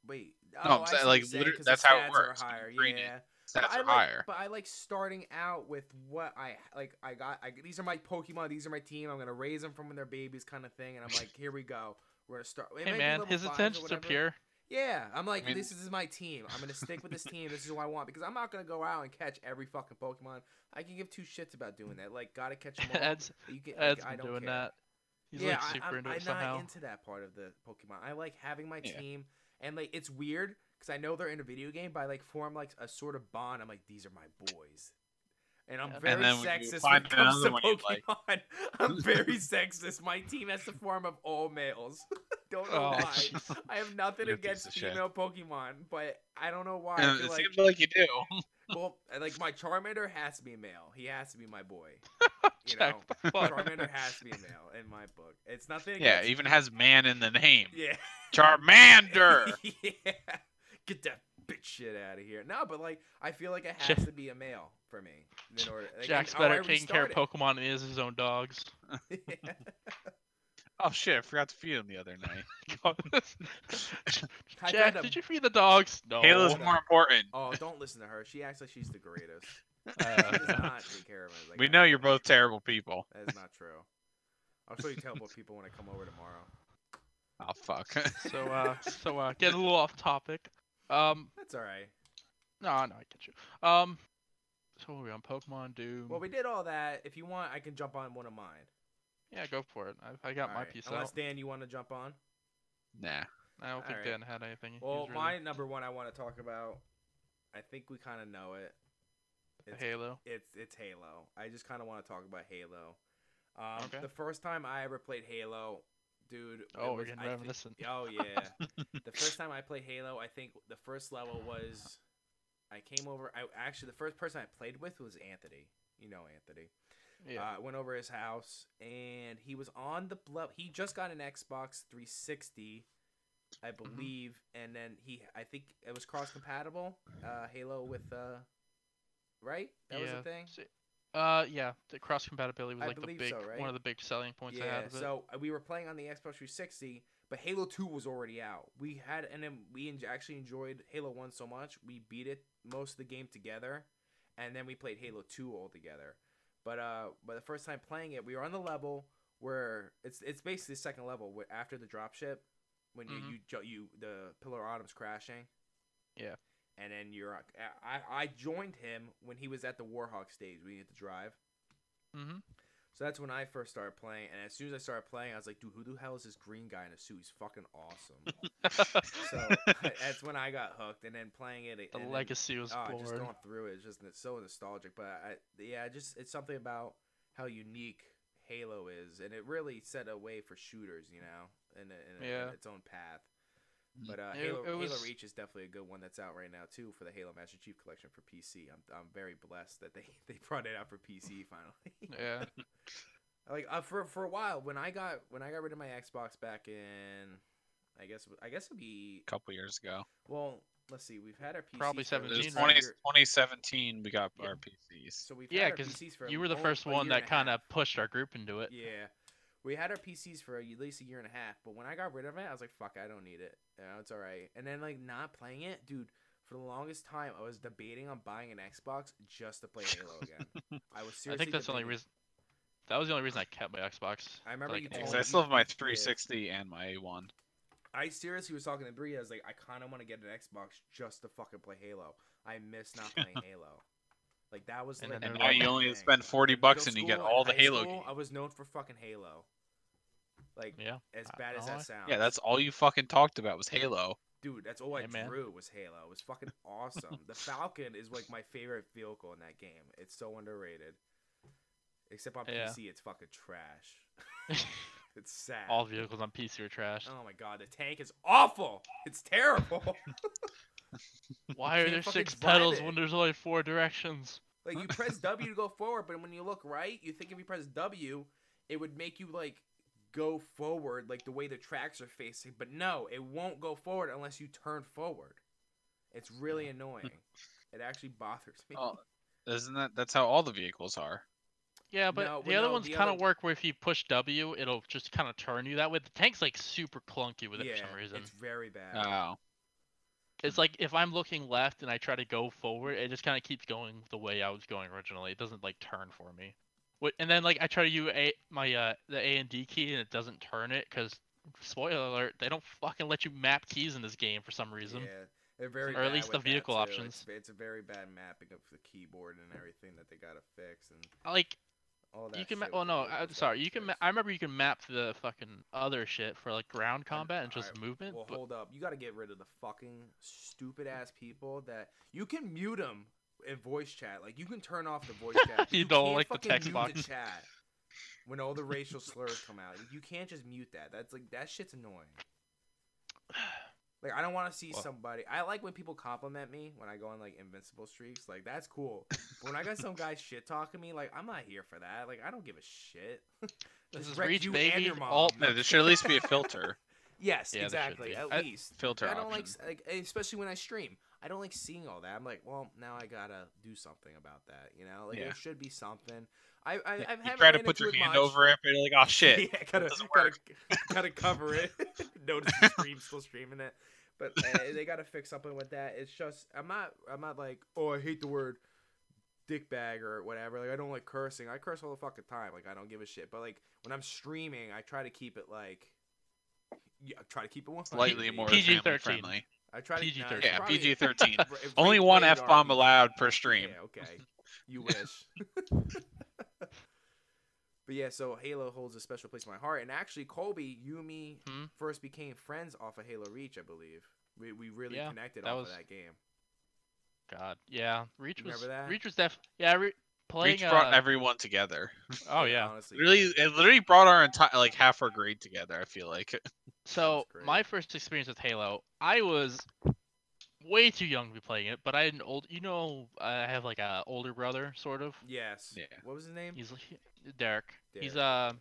Speaker 1: Wait. oh, No,
Speaker 2: I'm saying, like, literally- that's how it works. You
Speaker 1: higher.
Speaker 2: train it.
Speaker 1: Yeah.
Speaker 2: Stats
Speaker 1: but I
Speaker 2: are
Speaker 1: like,
Speaker 2: higher.
Speaker 1: But I like starting out with what I like. I got. I, these are my Pokemon. These are my team. I'm gonna raise them from when they're babies, kind of thing. And I'm like, here we go. We're gonna start. It might
Speaker 3: hey
Speaker 1: be
Speaker 3: man,
Speaker 1: level
Speaker 3: his
Speaker 1: fives or
Speaker 3: intentions are
Speaker 1: whatever.
Speaker 3: pure.
Speaker 1: Yeah, I'm like,
Speaker 2: mean-
Speaker 1: this is my team. I'm gonna stick with this team. This is who I want because I'm not gonna go out and catch every fucking Pokemon. I can give two shits about doing that. Like, gotta catch them all.
Speaker 3: Ed's
Speaker 1: you can, like,
Speaker 3: Ed's
Speaker 1: I
Speaker 3: been
Speaker 1: don't
Speaker 3: doing
Speaker 1: care.
Speaker 3: that. He's like
Speaker 1: I-
Speaker 3: super
Speaker 1: I'm,
Speaker 3: into
Speaker 1: I'm
Speaker 3: it somehow.
Speaker 1: not into that part of the Pokemon. I like having my
Speaker 2: Yeah.
Speaker 1: team, and like it's weird because I know they're in a video game, but I like form like a sort of bond. I'm like, these are my boys, and I'm
Speaker 3: Yeah. And
Speaker 1: very
Speaker 2: then when you
Speaker 1: sexist when
Speaker 2: find
Speaker 1: it comes to
Speaker 2: another one you
Speaker 1: Pokemon. I'm very sexist. My team has the form of all males. don't know
Speaker 3: Oh,
Speaker 1: why.
Speaker 2: jeez.
Speaker 1: I have nothing
Speaker 2: You're a piece
Speaker 1: against
Speaker 2: of shit.
Speaker 1: female Pokemon, but I don't know why. I
Speaker 2: And
Speaker 1: feel
Speaker 2: it
Speaker 1: like,
Speaker 2: seems like you do.
Speaker 1: well, like my Charmander has to be male. He has to be my boy. You
Speaker 3: Jack,
Speaker 1: know,
Speaker 3: the fuck?
Speaker 1: Charmander has to be male in my book. It's nothing.
Speaker 2: Yeah,
Speaker 1: against-
Speaker 2: even has man in the name.
Speaker 1: yeah.
Speaker 2: Charmander.
Speaker 1: yeah. Get that bitch shit out of here. No, but like I feel like it has
Speaker 3: Ja-
Speaker 1: to be a male for me in order. Like,
Speaker 3: Jack's
Speaker 1: oh, I
Speaker 3: better at taking care of
Speaker 1: restart
Speaker 3: Pokemon than he is his own dogs.
Speaker 1: it. Yeah.
Speaker 2: Oh shit! I forgot to feed him the other night.
Speaker 1: I
Speaker 3: Jack,
Speaker 1: found a-
Speaker 3: did you feed the dogs? No.
Speaker 2: Halo's
Speaker 1: Oh.
Speaker 2: more important.
Speaker 1: Oh, don't listen to her. She acts like she's the greatest. She does
Speaker 2: Uh,
Speaker 1: not take care of us. Like
Speaker 2: we
Speaker 1: that.
Speaker 2: know you're both terrible people.
Speaker 1: That is not true. I'll show you terrible people when I come over tomorrow.
Speaker 2: Oh fuck.
Speaker 3: So uh, so uh, getting a little off topic. Um,
Speaker 1: That's all right.
Speaker 3: no, no, I get you. Um, so what are we on Pokemon Doom?
Speaker 1: Well, we did all that. If you want, I can jump on one of mine.
Speaker 3: Yeah, go for it. I, I got
Speaker 1: All
Speaker 3: my
Speaker 1: right.
Speaker 3: piece
Speaker 1: Unless
Speaker 3: out.
Speaker 1: Dan, you want to jump on?
Speaker 2: nah.
Speaker 3: I don't think
Speaker 1: Alright.
Speaker 3: Dan had anything. He
Speaker 1: Well,
Speaker 3: was really-
Speaker 1: my number one I want to talk about. I think we kind of know it. It's
Speaker 3: Halo.
Speaker 1: it's it's Halo. I just kind of want to talk about Halo. Um,
Speaker 3: Okay.
Speaker 1: The first time I ever played Halo, dude. it
Speaker 3: Oh, we're
Speaker 1: was-
Speaker 3: getting
Speaker 1: I thi-
Speaker 3: reminiscent.
Speaker 1: oh yeah. the first time I played Halo, I think the first level was. I came over. I actually the first person I played with was Anthony. You know Anthony.
Speaker 3: Yeah.
Speaker 1: Uh, went over his house and he was on the level. He just got an Xbox 360, I
Speaker 3: Mm-hmm.
Speaker 1: believe, and then he, I think it was cross compatible, uh, Halo with, uh, right? That was
Speaker 3: Yeah.
Speaker 1: a thing.
Speaker 3: See- Uh, yeah, the cross compatibility was
Speaker 1: I
Speaker 3: like the
Speaker 1: believe
Speaker 3: big
Speaker 1: so, right?
Speaker 3: one of the big selling points I
Speaker 1: Yeah.
Speaker 3: had of it.
Speaker 1: So uh, we were playing on the Xbox 360, but Halo 2 was already out. We had and then we en- actually enjoyed Halo 1 so much we beat it most of the game together, and then we played Halo 2 all together. But uh, but the first time playing it, we were on the level where it's it's basically the second level where after the dropship, when you
Speaker 3: Mhm.
Speaker 1: you jo- you the Pillar of Autumn's crashing.
Speaker 3: Yeah.
Speaker 1: And then you're I I- I joined him when he was at the Warhawk stage. We had to drive.
Speaker 3: hmm
Speaker 1: So that's when I first started playing, and as soon as I started playing, I was like, dude, who the hell is this green guy in a suit? He's fucking awesome. so that's when I got hooked, and then playing it.
Speaker 3: The
Speaker 1: and then-
Speaker 3: legacy was
Speaker 1: oh, just
Speaker 3: born.
Speaker 1: going through it, it's just it's so nostalgic. But I, yeah, just it's something about how unique Halo is, and it really set a way for shooters, you know, in, a, in, a,
Speaker 3: Yeah.
Speaker 1: in its own path.
Speaker 2: Mm.
Speaker 1: But uh,
Speaker 3: It-
Speaker 1: Halo,
Speaker 3: it
Speaker 1: Halo
Speaker 3: was-
Speaker 1: Reach is definitely a good one that's out right now too for the Halo Master Chief Collection for PC. I'm I'm very blessed that they they brought it out for PC finally.
Speaker 3: Yeah.
Speaker 1: like uh, for for a while when I got when I got rid of my Xbox back in, I guess I guess it'd be
Speaker 2: A couple years ago.
Speaker 1: well. Let's see, we've had our PCs
Speaker 3: Probably
Speaker 1: for
Speaker 2: It
Speaker 1: a
Speaker 2: was
Speaker 3: 17,
Speaker 1: year-
Speaker 2: 20, 2017 we got
Speaker 3: Yeah.
Speaker 2: our PCs.
Speaker 1: So we've
Speaker 3: Yeah,
Speaker 1: had our
Speaker 3: 'cause
Speaker 1: PCs for
Speaker 3: You were the
Speaker 1: almo-
Speaker 3: first
Speaker 1: a
Speaker 3: one
Speaker 1: year and
Speaker 3: that
Speaker 1: a half.
Speaker 3: kind of pushed our group into it.
Speaker 1: Yeah, we had our PCs for at least a year and a half, but when I got rid of it, I was like, "Fuck, I don't need it. You know, it's all right." And then like not playing it, dude. For the longest time, I was debating on buying an Xbox just to play Halo again. I was seriously.
Speaker 3: I think that's the only
Speaker 1: debating.
Speaker 3: reason. That was the only reason I kept my Xbox.
Speaker 1: I remember
Speaker 3: that
Speaker 1: Oh, you
Speaker 3: can
Speaker 1: told
Speaker 2: Because
Speaker 3: play.
Speaker 1: me-
Speaker 2: I still have my 360 and my A1.
Speaker 1: I seriously was talking to Bree. I was like, I kind of want to get an Xbox just to fucking play Halo. I miss not playing Halo. Like that was.
Speaker 3: And
Speaker 1: like,
Speaker 3: then
Speaker 2: And
Speaker 1: the
Speaker 3: they're
Speaker 2: now
Speaker 3: like-
Speaker 2: you
Speaker 1: number one
Speaker 2: only
Speaker 1: thing.
Speaker 2: spend 40
Speaker 1: In
Speaker 2: bucks and
Speaker 1: middle
Speaker 2: you get
Speaker 1: school
Speaker 2: all the
Speaker 1: high
Speaker 2: Halo
Speaker 1: school,
Speaker 2: games.
Speaker 1: I was known for fucking Halo. Like
Speaker 3: Yeah.
Speaker 1: as
Speaker 3: I-
Speaker 1: bad as
Speaker 3: I-
Speaker 1: that sounds.
Speaker 2: Yeah, that's all you fucking talked about was Halo.
Speaker 1: dude. That's all I
Speaker 3: Hey, man.
Speaker 1: drew was Halo. It was fucking awesome. the Falcon is like my favorite vehicle in that game. It's so underrated. Except on
Speaker 3: Yeah.
Speaker 1: PC, it's fucking trash. It's sad.
Speaker 3: All vehicles on PC are trash.
Speaker 1: oh my god, the tank is awful. It's terrible.
Speaker 3: Why are
Speaker 1: Oh, can't
Speaker 3: there
Speaker 1: fucking
Speaker 3: six
Speaker 1: drive
Speaker 3: pedals
Speaker 1: it.
Speaker 3: when there's only four directions?
Speaker 1: Like you press W to go forward, but when you look right, you think if you press W, it would make you like go forward like the way the tracks are facing, but no, it won't go forward unless you turn forward. It's really annoying. It actually bothers me.
Speaker 2: Oh, isn't that that's how all the vehicles are?
Speaker 3: Yeah, but
Speaker 1: No,
Speaker 3: the
Speaker 1: well,
Speaker 3: other
Speaker 1: no,
Speaker 3: ones
Speaker 1: the
Speaker 3: kind of
Speaker 1: other-
Speaker 3: work where if you push W, it'll just kind of turn you that way. The tank's like super clunky with it for some reason. Uh,
Speaker 1: It's very bad.
Speaker 2: Oh,
Speaker 3: It's like if I'm looking left and I try to go forward, it just kind of keeps going the way I was going originally. It doesn't like turn for me. Wh- And then like I try to use a my uh the A and D key and it doesn't turn it because spoiler alert, they don't fucking let you map keys in this game for some reason.
Speaker 1: Yeah, they're very.
Speaker 3: Or at
Speaker 1: bad
Speaker 3: least the
Speaker 1: with that,
Speaker 3: vehicle
Speaker 1: too.
Speaker 3: options.
Speaker 1: It's, it's a very bad mapping of the keyboard and everything that they gotta fix and
Speaker 3: Like
Speaker 1: all that.
Speaker 3: you
Speaker 1: shit
Speaker 3: can ma-
Speaker 1: with
Speaker 3: well
Speaker 1: the
Speaker 3: no,
Speaker 1: vehicles
Speaker 3: I'm
Speaker 1: that
Speaker 3: sorry,
Speaker 1: they
Speaker 3: you can ma-
Speaker 1: fix.
Speaker 3: I remember you can map the fucking other shit for like ground combat and just
Speaker 1: alright,
Speaker 3: movement.
Speaker 1: Well,
Speaker 3: but
Speaker 1: hold up. You got to get rid of the fucking stupid ass people that you can mute them in voice chat. Like you can turn off the voice chat.
Speaker 3: You don't
Speaker 1: can't
Speaker 3: like the
Speaker 1: fucking
Speaker 3: text
Speaker 1: mute
Speaker 3: box.
Speaker 1: chat when all the racial slurs come out. You can't just mute that. That's like that shit's annoying. Like I don't want to see
Speaker 3: Well-
Speaker 1: somebody. I like when people compliment me when I go on like invincible streaks. Like that's cool. But when I got some guy shit talking me, like I'm not here for that. Like I don't give a shit.
Speaker 3: This
Speaker 1: Just
Speaker 3: is
Speaker 1: wreck
Speaker 3: Reach,
Speaker 1: you and
Speaker 3: baby.
Speaker 1: your mom.
Speaker 3: Alt-
Speaker 2: no, there should at least be a filter.
Speaker 1: Yes,
Speaker 3: Yeah, there should
Speaker 1: exactly.
Speaker 3: be.
Speaker 1: At
Speaker 2: I-
Speaker 1: least
Speaker 2: filter
Speaker 1: I don't
Speaker 2: option.
Speaker 1: like, s- like, and especially when I stream. I don't like seeing all that. I'm like, well, now I gotta do something about that. You know, like
Speaker 2: Yeah.
Speaker 1: there should be something. I, I I've
Speaker 2: you
Speaker 1: had my
Speaker 2: try to put
Speaker 1: manager
Speaker 2: your
Speaker 1: with
Speaker 2: hand
Speaker 1: Mach-
Speaker 2: over it, but you're like, oh shit.
Speaker 1: yeah, gotta,
Speaker 2: doesn't
Speaker 1: gotta, gotta cover it. Notice the stream still streaming it, but uh, they gotta fix something with that. It's just I'm not I'm not like oh I hate the word dickbag or whatever. Like I don't like cursing. I curse all the fucking time. Like I don't give a shit. But like when I'm streaming, I try to keep it like yeah, I try to keep it one
Speaker 2: Slightly more
Speaker 3: PG-13.
Speaker 2: family friendly.
Speaker 1: I try to
Speaker 3: PG-13.
Speaker 1: no, it's
Speaker 2: Yeah,
Speaker 1: probably-
Speaker 2: PG thirteen.
Speaker 1: Ra- ra-
Speaker 2: Only one
Speaker 1: rated
Speaker 2: F bomb
Speaker 1: R.
Speaker 2: allowed per stream.
Speaker 1: Yeah, okay. You wish. but yeah, so Halo holds a special place in my heart, and actually, Colby, you and me
Speaker 3: Hmm?
Speaker 1: first became friends off of Halo Reach, I believe. We, we really
Speaker 3: Yeah,
Speaker 1: connected
Speaker 3: that
Speaker 1: off
Speaker 3: was-
Speaker 1: of that game.
Speaker 3: God, yeah. Reach was
Speaker 1: Remember that?
Speaker 3: Reach was def. Yeah, re- playing.
Speaker 2: Reach brought
Speaker 3: uh,
Speaker 2: everyone together.
Speaker 3: oh yeah.
Speaker 1: honestly.
Speaker 2: Really,
Speaker 1: did.
Speaker 2: it literally brought our entire like half our grade together. I feel like.
Speaker 3: So
Speaker 1: great.
Speaker 3: my first experience with Halo, I was way too young to be playing it, but I had an old. You know, I have like a older brother, sort of.
Speaker 1: Yes.
Speaker 2: Yeah.
Speaker 1: What was his name?
Speaker 3: He's he- Derek. He's
Speaker 1: Derek.
Speaker 3: uh,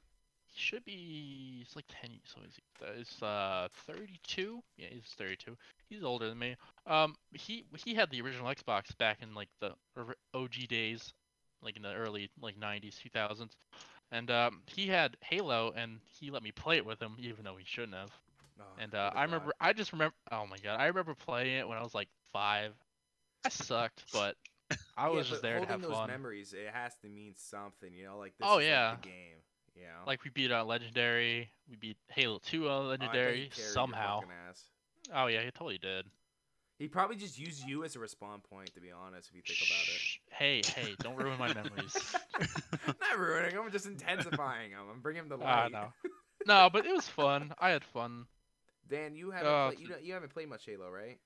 Speaker 3: he should be. He's like ten. y- So he's he's uh thirty-two. Yeah, he's thirty-two. He's older than me. Um, he he had the original Xbox back in like the or- OG days, like in the early like nineties, two thousands, and um, he had Halo, and he let me play it with him, even though he shouldn't have.
Speaker 1: Oh,
Speaker 3: And
Speaker 1: what
Speaker 3: uh,
Speaker 1: a
Speaker 3: I
Speaker 1: god.
Speaker 3: remember, I just remember. Oh my god, I remember playing it when I was like five. I sucked, but
Speaker 1: Yeah,
Speaker 3: I was
Speaker 1: but
Speaker 3: just there to
Speaker 1: holding
Speaker 3: have
Speaker 1: those
Speaker 3: fun.
Speaker 1: memories, it has to mean something, you know? Like this
Speaker 3: Oh,
Speaker 1: is
Speaker 3: yeah.
Speaker 1: like, the game. You know?
Speaker 3: Like we beat out Legendary, we beat Halo 2 on
Speaker 1: Oh, I bet he
Speaker 3: Legendary
Speaker 1: carried your
Speaker 3: somehow.
Speaker 1: fucking ass.
Speaker 3: Oh yeah, he totally did.
Speaker 1: He probably just used you as a respawn point, to be honest, if you think about it.
Speaker 3: Shh. Hey, hey, don't ruin my memories.
Speaker 1: not ruining them, just intensifying them. I'm bringing them to
Speaker 3: Ah
Speaker 1: light.
Speaker 3: no, no, but it was fun. I had fun.
Speaker 1: Dan, you haven't
Speaker 3: Uh,
Speaker 1: play, you, don't, you haven't played much Halo, right?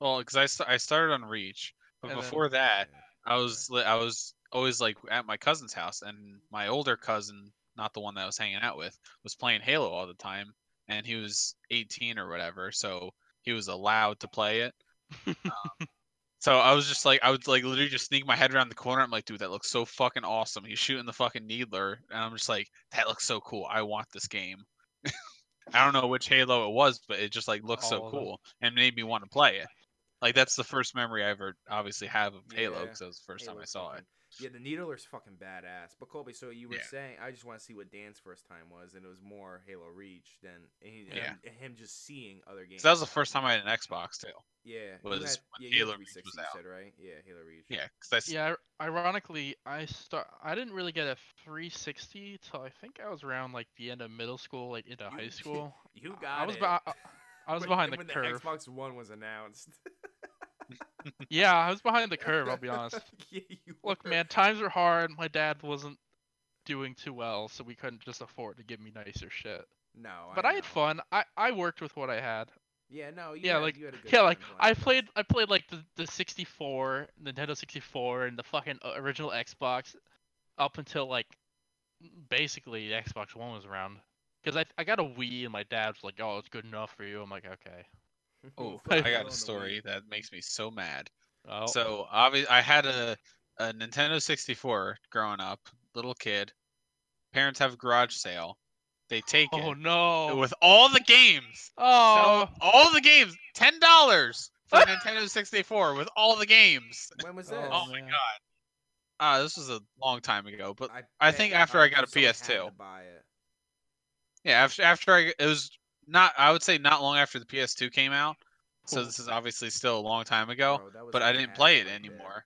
Speaker 2: Well, because I, st- I started on Reach, but
Speaker 3: And then-
Speaker 2: before that,
Speaker 1: Yeah.
Speaker 2: I was li- I was always like at my cousin's house, and my older cousin, not the one that I was hanging out with, was playing Halo all the time, and he was 18 or whatever, so he was allowed to play it. Um, so I was just like, I would like literally just sneak my head around the corner. I'm like, dude, that looks so fucking awesome. He's shooting the fucking needler, and I'm just like, that looks so cool. I want this game. I don't know which Halo it was, but it just like looked
Speaker 3: All
Speaker 2: so
Speaker 3: of them.
Speaker 2: cool and made me want to play it. Like that's the first memory I ever obviously have of Halo
Speaker 1: Yeah.
Speaker 2: because that was the first time I
Speaker 1: Halo's
Speaker 2: saw it.
Speaker 1: fucking- Yeah, the Needler's fucking badass. But Colby, so you were
Speaker 2: Yeah.
Speaker 1: saying, I just want to see what Dan's first time was, and it was more Halo Reach than and he- and
Speaker 2: Yeah.
Speaker 1: him, him just seeing other games.
Speaker 2: So that was the first time I had an Xbox too.
Speaker 1: yeah,
Speaker 2: was
Speaker 1: you had,
Speaker 2: when
Speaker 1: yeah, you had
Speaker 2: Halo Reach was
Speaker 1: 360, you
Speaker 2: out.
Speaker 1: said, right? Yeah, Halo Reach.
Speaker 2: Yeah, because
Speaker 3: Yeah, ir- ironically, I start. I didn't really get a 360 till I think I was around like the end of middle school, like into high
Speaker 1: You-
Speaker 3: school.
Speaker 1: you
Speaker 3: I-
Speaker 1: got
Speaker 3: I was
Speaker 1: it.
Speaker 3: beh- I- I was
Speaker 1: When-
Speaker 3: behind the
Speaker 1: when
Speaker 3: curve.
Speaker 1: the Xbox One was announced.
Speaker 3: Yeah, I was behind the curve. I'll be honest.
Speaker 1: yeah, you
Speaker 3: Look,
Speaker 1: were.
Speaker 3: man, times were hard. My dad wasn't doing too well, so we couldn't just afford to give me nicer shit.
Speaker 1: No,
Speaker 3: But I, had
Speaker 1: know.
Speaker 3: fun. I, I worked with what I had.
Speaker 1: Yeah, no, you
Speaker 3: Yeah,
Speaker 1: had,
Speaker 3: like-
Speaker 1: you had a good
Speaker 3: yeah,
Speaker 1: time
Speaker 3: like
Speaker 1: playing
Speaker 3: I
Speaker 1: with us.
Speaker 3: played I played like the, the 64, Nintendo 64, and the fucking uh, original Xbox up until like basically the Xbox One was around. Because I, I got a Wii and my dad's like, oh, it's good enough for you. I'm like, okay.
Speaker 2: oh,
Speaker 1: Fuck
Speaker 2: I
Speaker 1: Halo on
Speaker 2: got
Speaker 1: the Wii.
Speaker 2: a story that makes me so mad.
Speaker 3: Oh,
Speaker 2: So obviously, I had a, a Nintendo 64 growing up, little kid. Parents have a garage sale. They take
Speaker 3: oh
Speaker 2: it
Speaker 3: no.
Speaker 2: with all the games.
Speaker 3: oh,
Speaker 2: So all the games, ten dollars for a Nintendo 64 with all the games.
Speaker 1: When was
Speaker 3: Oh,
Speaker 1: that?
Speaker 2: Oh my
Speaker 3: man.
Speaker 2: god. Ah, this was a long time ago, but
Speaker 1: I,
Speaker 2: think
Speaker 1: bet-
Speaker 2: after I got a
Speaker 1: someone had
Speaker 2: PS2.
Speaker 1: to buy it.
Speaker 2: Yeah, after after I it was not I would say not long after the PS2 came out. So
Speaker 3: Cool.
Speaker 2: this is obviously still a long time ago,
Speaker 1: Bro, that was
Speaker 2: but
Speaker 1: like
Speaker 2: I
Speaker 1: a
Speaker 2: didn't
Speaker 1: habit
Speaker 2: play it
Speaker 1: right there.
Speaker 2: anymore.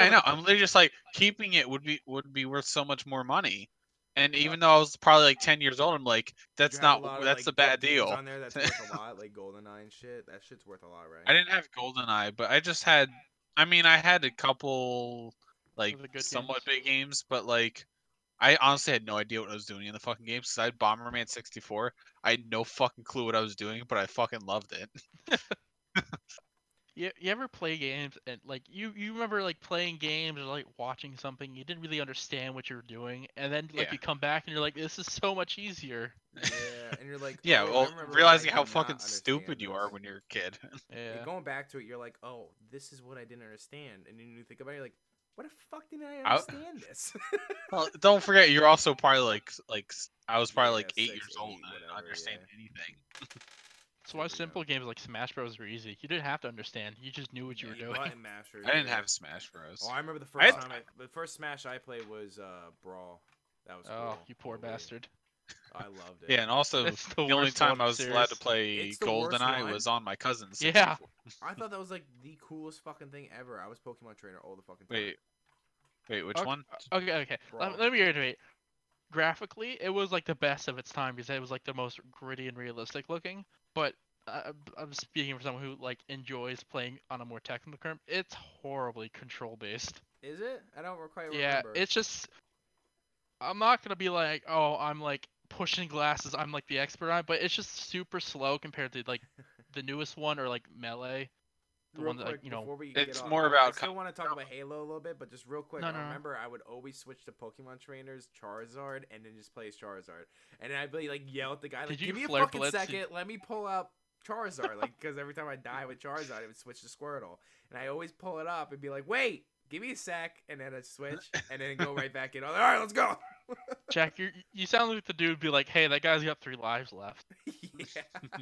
Speaker 2: Yeah, I
Speaker 3: but-
Speaker 2: know. I'm literally just like keeping it would be would be worth so much more money. And even though I was probably like 10 years old, I'm like
Speaker 1: You
Speaker 2: that's
Speaker 1: have
Speaker 2: not
Speaker 1: a lot of,
Speaker 2: that's
Speaker 1: like,
Speaker 2: a bad
Speaker 1: good games
Speaker 2: deal.
Speaker 1: On there that's worth a lot, like GoldenEye and shit. That shit's worth a lot, right?
Speaker 2: I didn't have GoldenEye, but I just had I mean, I had a couple like
Speaker 3: the good
Speaker 2: somewhat
Speaker 3: games.
Speaker 2: big games, but like I honestly had no idea what I was doing in the fucking games 'cause I had Bomberman 64. I had no fucking clue what I was doing, but I fucking loved it.
Speaker 3: You, you ever play games and like you you remember like playing games or like watching something you didn't really understand what you were doing and then like
Speaker 2: Yeah.
Speaker 3: you come back and you're like this is so much easier.
Speaker 1: Yeah, and you're like,
Speaker 2: Yeah,
Speaker 1: oh, I
Speaker 2: well,
Speaker 1: remember when I
Speaker 2: realizing
Speaker 1: did
Speaker 2: how
Speaker 1: not
Speaker 2: fucking
Speaker 1: understand
Speaker 2: stupid you are
Speaker 1: this.
Speaker 2: when you're a kid.
Speaker 1: Like,
Speaker 3: Yeah.
Speaker 1: going back to it, you're like, oh, this is what I didn't understand, and then you think about it, you're like, What the fuck didn't I
Speaker 2: I-
Speaker 1: understand this?
Speaker 2: Well, don't forget, you're also probably like like s- I was probably
Speaker 1: Yeah,
Speaker 2: like eight
Speaker 1: six,
Speaker 2: years old.
Speaker 1: eight,
Speaker 2: and I didn't
Speaker 1: whatever,
Speaker 2: understand
Speaker 1: yeah.
Speaker 2: anything.
Speaker 3: That's why
Speaker 1: There we go.
Speaker 3: simple games like Smash Bros. were easy. You didn't have to understand. You just knew what you were
Speaker 1: Yeah,
Speaker 3: doing.
Speaker 1: button mashers,
Speaker 2: I didn't
Speaker 1: yeah.
Speaker 2: have Smash Bros.
Speaker 1: Oh, I remember the first
Speaker 2: I-
Speaker 1: time. I, the first Smash I played was uh, Brawl. That was
Speaker 3: Oh,
Speaker 1: cool.
Speaker 3: you poor
Speaker 1: Holy-
Speaker 3: bastard.
Speaker 1: I loved it.
Speaker 2: yeah, and also
Speaker 3: It's
Speaker 2: the,
Speaker 3: the
Speaker 2: only
Speaker 3: worst
Speaker 2: time
Speaker 3: one
Speaker 2: I
Speaker 3: in
Speaker 2: was
Speaker 3: the
Speaker 2: allowed to
Speaker 3: series.
Speaker 2: play
Speaker 1: It's the worst
Speaker 2: GoldenEye
Speaker 1: one.
Speaker 2: was on my cousin's.
Speaker 3: Yeah.
Speaker 2: 64.
Speaker 1: I thought that was like the coolest fucking thing ever. I was Pokemon trainer all the fucking time.
Speaker 2: Wait, wait, which
Speaker 3: Okay,
Speaker 2: one?
Speaker 3: Okay, okay.
Speaker 1: Brawl.
Speaker 3: Let, let me reiterate. Graphically, it was like the best of its time because it was like the most gritty and realistic looking. But uh, I'm speaking for someone who like enjoys playing on a more technical term. It's horribly control based.
Speaker 1: Is it? I don't quite
Speaker 3: Yeah,
Speaker 1: remember.
Speaker 3: it's just. I'm not gonna be like, oh, I'm like pushing glasses. I'm like the expert on, it," but it's just super slow compared to like the newest one or like melee. the
Speaker 1: Real
Speaker 3: one that, like,
Speaker 1: quick,
Speaker 3: you know-
Speaker 1: before we
Speaker 2: It's
Speaker 1: get off-
Speaker 2: more about
Speaker 1: I still want to talk about Halo a little bit, but just real quick.
Speaker 3: No,
Speaker 1: I
Speaker 3: no, no.
Speaker 1: remember I would always switch to Pokemon trainers Charizard and then just play as Charizard, and I'd be like yell at the guy like,
Speaker 3: Did you
Speaker 1: "Give me a
Speaker 3: flare
Speaker 1: fucking
Speaker 3: blitz and-
Speaker 1: second, let me pull up Charizard," like because every time I die with Charizard, it would switch to Squirtle, and I always pull it up and be like, "Wait." Give me a sec, and then I switch, and then go right back in. All right, let's go.
Speaker 3: Jack, you you sound like the dude would be like, hey, that guy's got three lives left.
Speaker 1: yeah.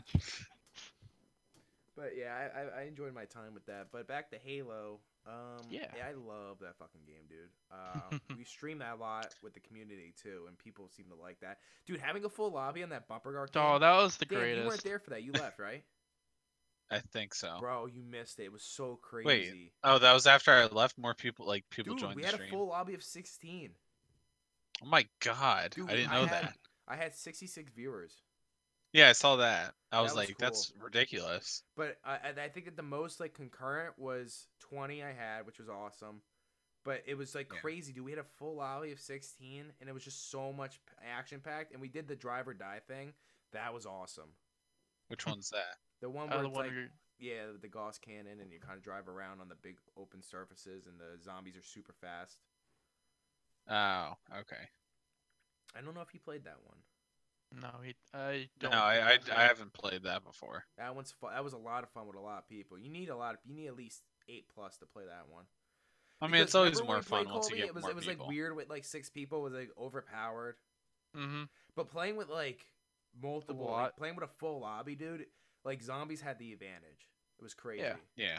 Speaker 1: but yeah, I, I, I enjoyed my time with that. But back to Halo. Um,
Speaker 3: Yeah.
Speaker 1: I love that fucking game, dude. Um, we stream that a lot with the community too, and people seem to like that. Dude, having a full lobby on that bumper guard.
Speaker 3: Oh, that was the
Speaker 1: Dan,
Speaker 3: greatest.
Speaker 1: you weren't there for that. You left, right?
Speaker 2: I think so.
Speaker 1: Bro, you missed it. It was so crazy.
Speaker 2: Oh, that was after I left. More people like people
Speaker 1: dude,
Speaker 2: joined
Speaker 1: we
Speaker 2: the
Speaker 1: had
Speaker 2: stream.
Speaker 1: a full lobby of sixteen.
Speaker 2: Oh my god,
Speaker 1: Dude,
Speaker 2: I didn't
Speaker 1: I
Speaker 2: know
Speaker 1: had-
Speaker 2: that.
Speaker 1: I had sixty-six viewers.
Speaker 2: Yeah, I saw that. I
Speaker 1: That
Speaker 2: was
Speaker 1: was
Speaker 2: like, that's
Speaker 1: cool.
Speaker 2: ridiculous.
Speaker 1: But I, I- I think that the most like concurrent was 20 I had, which was awesome. But it was like
Speaker 2: Yeah.
Speaker 1: crazy, dude. We had a full alley of 16, and it was just so much action packed. And we did the drive or die thing. That was awesome.
Speaker 2: Which one's that?
Speaker 1: The one
Speaker 3: Uh,
Speaker 1: where
Speaker 3: the
Speaker 1: it's
Speaker 3: one
Speaker 1: like,
Speaker 3: where you're-
Speaker 1: yeah, with the Gauss cannon, and you kind of drive around on the big open surfaces, and the zombies are super fast.
Speaker 2: Oh, okay.
Speaker 1: I don't know if you played that one.
Speaker 3: No, he, I
Speaker 2: No,
Speaker 3: don't.
Speaker 2: I, I
Speaker 3: think so.
Speaker 2: I haven't played that before.
Speaker 1: That one's fun. That was a lot of fun with a lot of people. You need a lot of. You need at least eight plus to play that one.
Speaker 2: I mean, it's
Speaker 1: Because
Speaker 2: always
Speaker 1: remember when
Speaker 2: more
Speaker 1: we played
Speaker 2: fun once you
Speaker 1: Colby?
Speaker 2: get
Speaker 1: it was,
Speaker 2: more
Speaker 1: It was
Speaker 2: people.
Speaker 1: like weird with like six people. It was like overpowered.
Speaker 3: Mhm.
Speaker 1: But playing with like multiple,
Speaker 3: lot.
Speaker 1: like, playing with a full lobby, dude, like zombies had the advantage. It was crazy.
Speaker 2: Yeah.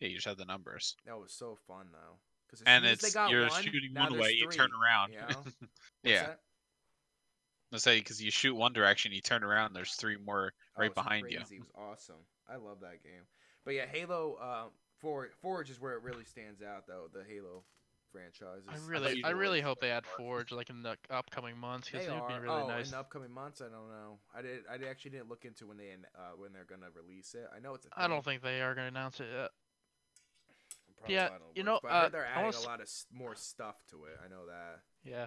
Speaker 2: Yeah, you just have the numbers.
Speaker 1: That was so fun though. Because
Speaker 2: and it's you're shooting one way, you turn around.
Speaker 1: You know? What's
Speaker 2: yeah,
Speaker 1: that?
Speaker 2: let's say because you shoot one direction, you turn around, there's three more
Speaker 1: Oh,
Speaker 2: right
Speaker 1: it's
Speaker 2: behind you.
Speaker 1: crazy. It was awesome. I love that game. But yeah, Halo um, Forge, Forge is where it really stands out though. The Halo franchise.
Speaker 3: I
Speaker 1: is-
Speaker 3: really,
Speaker 2: you
Speaker 3: I
Speaker 2: were
Speaker 3: really
Speaker 2: always
Speaker 3: hope they
Speaker 2: going
Speaker 3: add
Speaker 2: for it.
Speaker 3: Forge like in the upcoming months because
Speaker 1: They
Speaker 3: it would be
Speaker 1: are.
Speaker 3: really
Speaker 1: oh,
Speaker 3: nice.
Speaker 1: in the upcoming months, I don't know. I did. I actually didn't look into when they uh, when they're gonna release it. I know it's. A
Speaker 3: I don't
Speaker 1: thing.
Speaker 3: think they are gonna announce it uh, yet.
Speaker 1: I'm probably
Speaker 3: yeah,
Speaker 1: lying on
Speaker 3: you
Speaker 1: words,
Speaker 3: know,
Speaker 1: but I heard
Speaker 3: uh,
Speaker 1: they're
Speaker 3: I
Speaker 1: adding
Speaker 3: wanna
Speaker 1: a
Speaker 3: s-
Speaker 1: lot of s- more stuff to it. I know that.
Speaker 3: Yeah,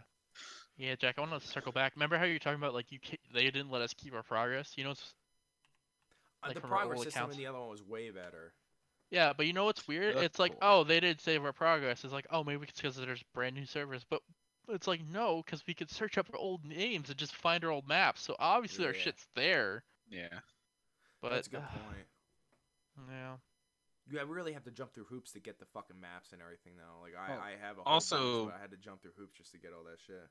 Speaker 3: yeah, Jack. I want to circle back. Remember how you were talking about like you ca- they didn't let us keep our progress. You know, it's,
Speaker 1: Uh,
Speaker 3: Like
Speaker 1: the
Speaker 3: from our
Speaker 1: progress
Speaker 3: old
Speaker 1: system
Speaker 3: accounts.
Speaker 1: in the other one was way better.
Speaker 3: yeah, but you know what's weird?
Speaker 2: that's
Speaker 3: it's like
Speaker 2: cool.
Speaker 3: oh they didn't save our progress. It's like oh maybe it's because there's brand new servers, but it's like no because we could search up our old names and just find our old maps. So obviously our
Speaker 1: Yeah.
Speaker 3: shit's there.
Speaker 2: Yeah.
Speaker 3: But uh,
Speaker 1: That's a good point.
Speaker 3: yeah,
Speaker 1: You have- really have to jump through hoops to get the fucking maps and everything, though. Like I,
Speaker 2: Oh,
Speaker 1: I have a whole
Speaker 2: also-
Speaker 1: also I had to jump through hoops just to get all that shit.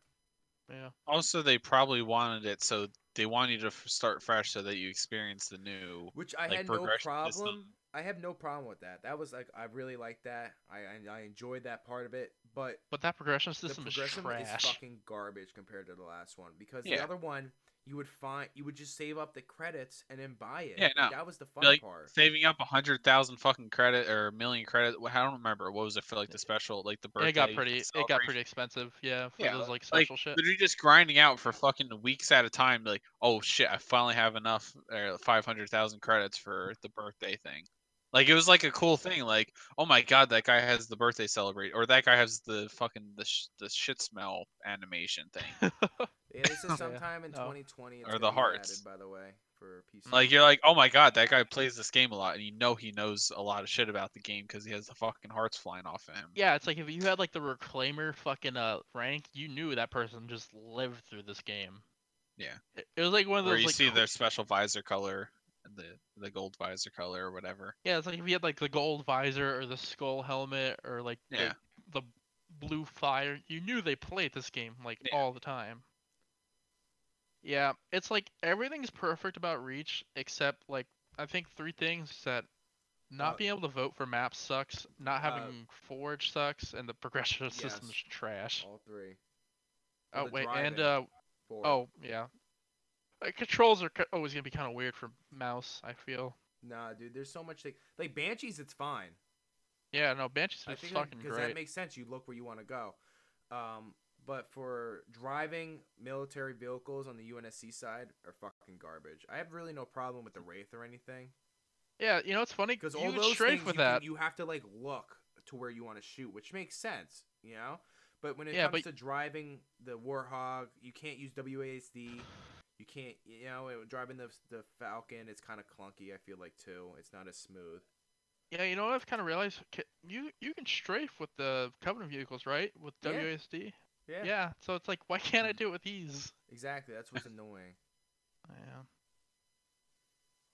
Speaker 3: yeah.
Speaker 2: Also, they probably wanted it so they wanted you to f- start fresh so that you experience the new.
Speaker 1: Which I
Speaker 2: Like,
Speaker 1: had no
Speaker 2: progression
Speaker 1: problem.
Speaker 2: system.
Speaker 1: I have no problem with that. That was like I really liked that. I I, I enjoyed that part of it, but
Speaker 3: But that progression system
Speaker 1: the
Speaker 3: is
Speaker 1: progression
Speaker 3: trash.
Speaker 1: is fucking garbage compared to the last one because the
Speaker 2: Yeah.
Speaker 1: other one you would find you would just save up the credits and then buy it.
Speaker 2: Yeah,
Speaker 1: Like,
Speaker 2: no.
Speaker 1: that was the fun
Speaker 2: Like
Speaker 1: part.
Speaker 2: saving up a hundred thousand fucking credit or a million credit. wh- I don't remember what was it for like the special, like the birthday.
Speaker 3: it got pretty. It got
Speaker 2: celebration?
Speaker 3: pretty expensive. Yeah, for
Speaker 2: Yeah,
Speaker 3: those like
Speaker 2: like,
Speaker 3: special shit.
Speaker 2: literally just grinding out for fucking weeks at a time. Like, oh shit, I finally have enough or five hundred thousand credits for the birthday thing. Like it was like a cool thing. Like, oh my god, that guy has the birthday celebrate, or that guy has the fucking the sh- the shit smell animation thing.
Speaker 1: Yeah, they said sometime in
Speaker 3: no.
Speaker 1: 2020 it's
Speaker 2: Or the
Speaker 1: gonna be
Speaker 2: hearts.
Speaker 1: added, by the way, for PC.
Speaker 2: like you're like, oh my god, that guy plays this game a lot, and you know he knows a lot of shit about the game because he has the fucking hearts flying off of him.
Speaker 3: yeah, it's like if you had like the reclaimer fucking uh rank, you knew that person just lived through this game.
Speaker 2: Yeah.
Speaker 3: It, it was like one of
Speaker 2: Where
Speaker 3: those
Speaker 2: you
Speaker 3: like
Speaker 2: see
Speaker 3: co-
Speaker 2: their special visor color, the the gold visor color or whatever.
Speaker 3: yeah, it's like if you had like the gold visor or the skull helmet or like
Speaker 2: Yeah.
Speaker 3: the, the blue fire. You knew they played this game like
Speaker 2: Yeah.
Speaker 3: all the time. Yeah, it's like everything's perfect about Reach except like I think three things that not
Speaker 1: Uh,
Speaker 3: being able to vote for maps sucks, not
Speaker 1: uh,
Speaker 3: having forge sucks, and the progression system
Speaker 1: yes.
Speaker 3: is trash.
Speaker 1: All three.
Speaker 3: Oh
Speaker 1: the
Speaker 3: wait, and
Speaker 1: driving.
Speaker 3: uh
Speaker 1: Four.
Speaker 3: oh yeah, like, controls are co- always gonna be kind of weird for mouse. I feel.
Speaker 1: Nah, dude. There's so much. Thing. Like Banshees, it's fine.
Speaker 3: Yeah, no, Banshees
Speaker 1: I
Speaker 3: is
Speaker 1: think
Speaker 3: fucking
Speaker 1: because
Speaker 3: great.
Speaker 1: that makes sense. You look where you want to go. Um, but for driving military vehicles on the UNSC side are fucking garbage. I have really no problem with the wraith or anything
Speaker 3: Yeah, you know it's funny
Speaker 1: because
Speaker 3: because
Speaker 1: all
Speaker 3: you could
Speaker 1: those
Speaker 3: strafe
Speaker 1: things
Speaker 3: with
Speaker 1: you, can-
Speaker 3: that.
Speaker 1: you have to like look to where you want to shoot, which makes sense, you know. But when it
Speaker 3: Yeah,
Speaker 1: comes
Speaker 3: but-
Speaker 1: to driving the Warhog, you can't use WASD. You can't, you know, it- driving the the Falcon. It's kind of clunky. I feel like too. It's not as smooth.
Speaker 3: Yeah, you know what I've kind of realized Ca- you you can strafe with the Covenant vehicles, right? With
Speaker 1: Yeah.
Speaker 3: WASD. Yeah. so it's like why can't I do it with these?
Speaker 1: exactly. That's what's annoying.
Speaker 3: Yeah.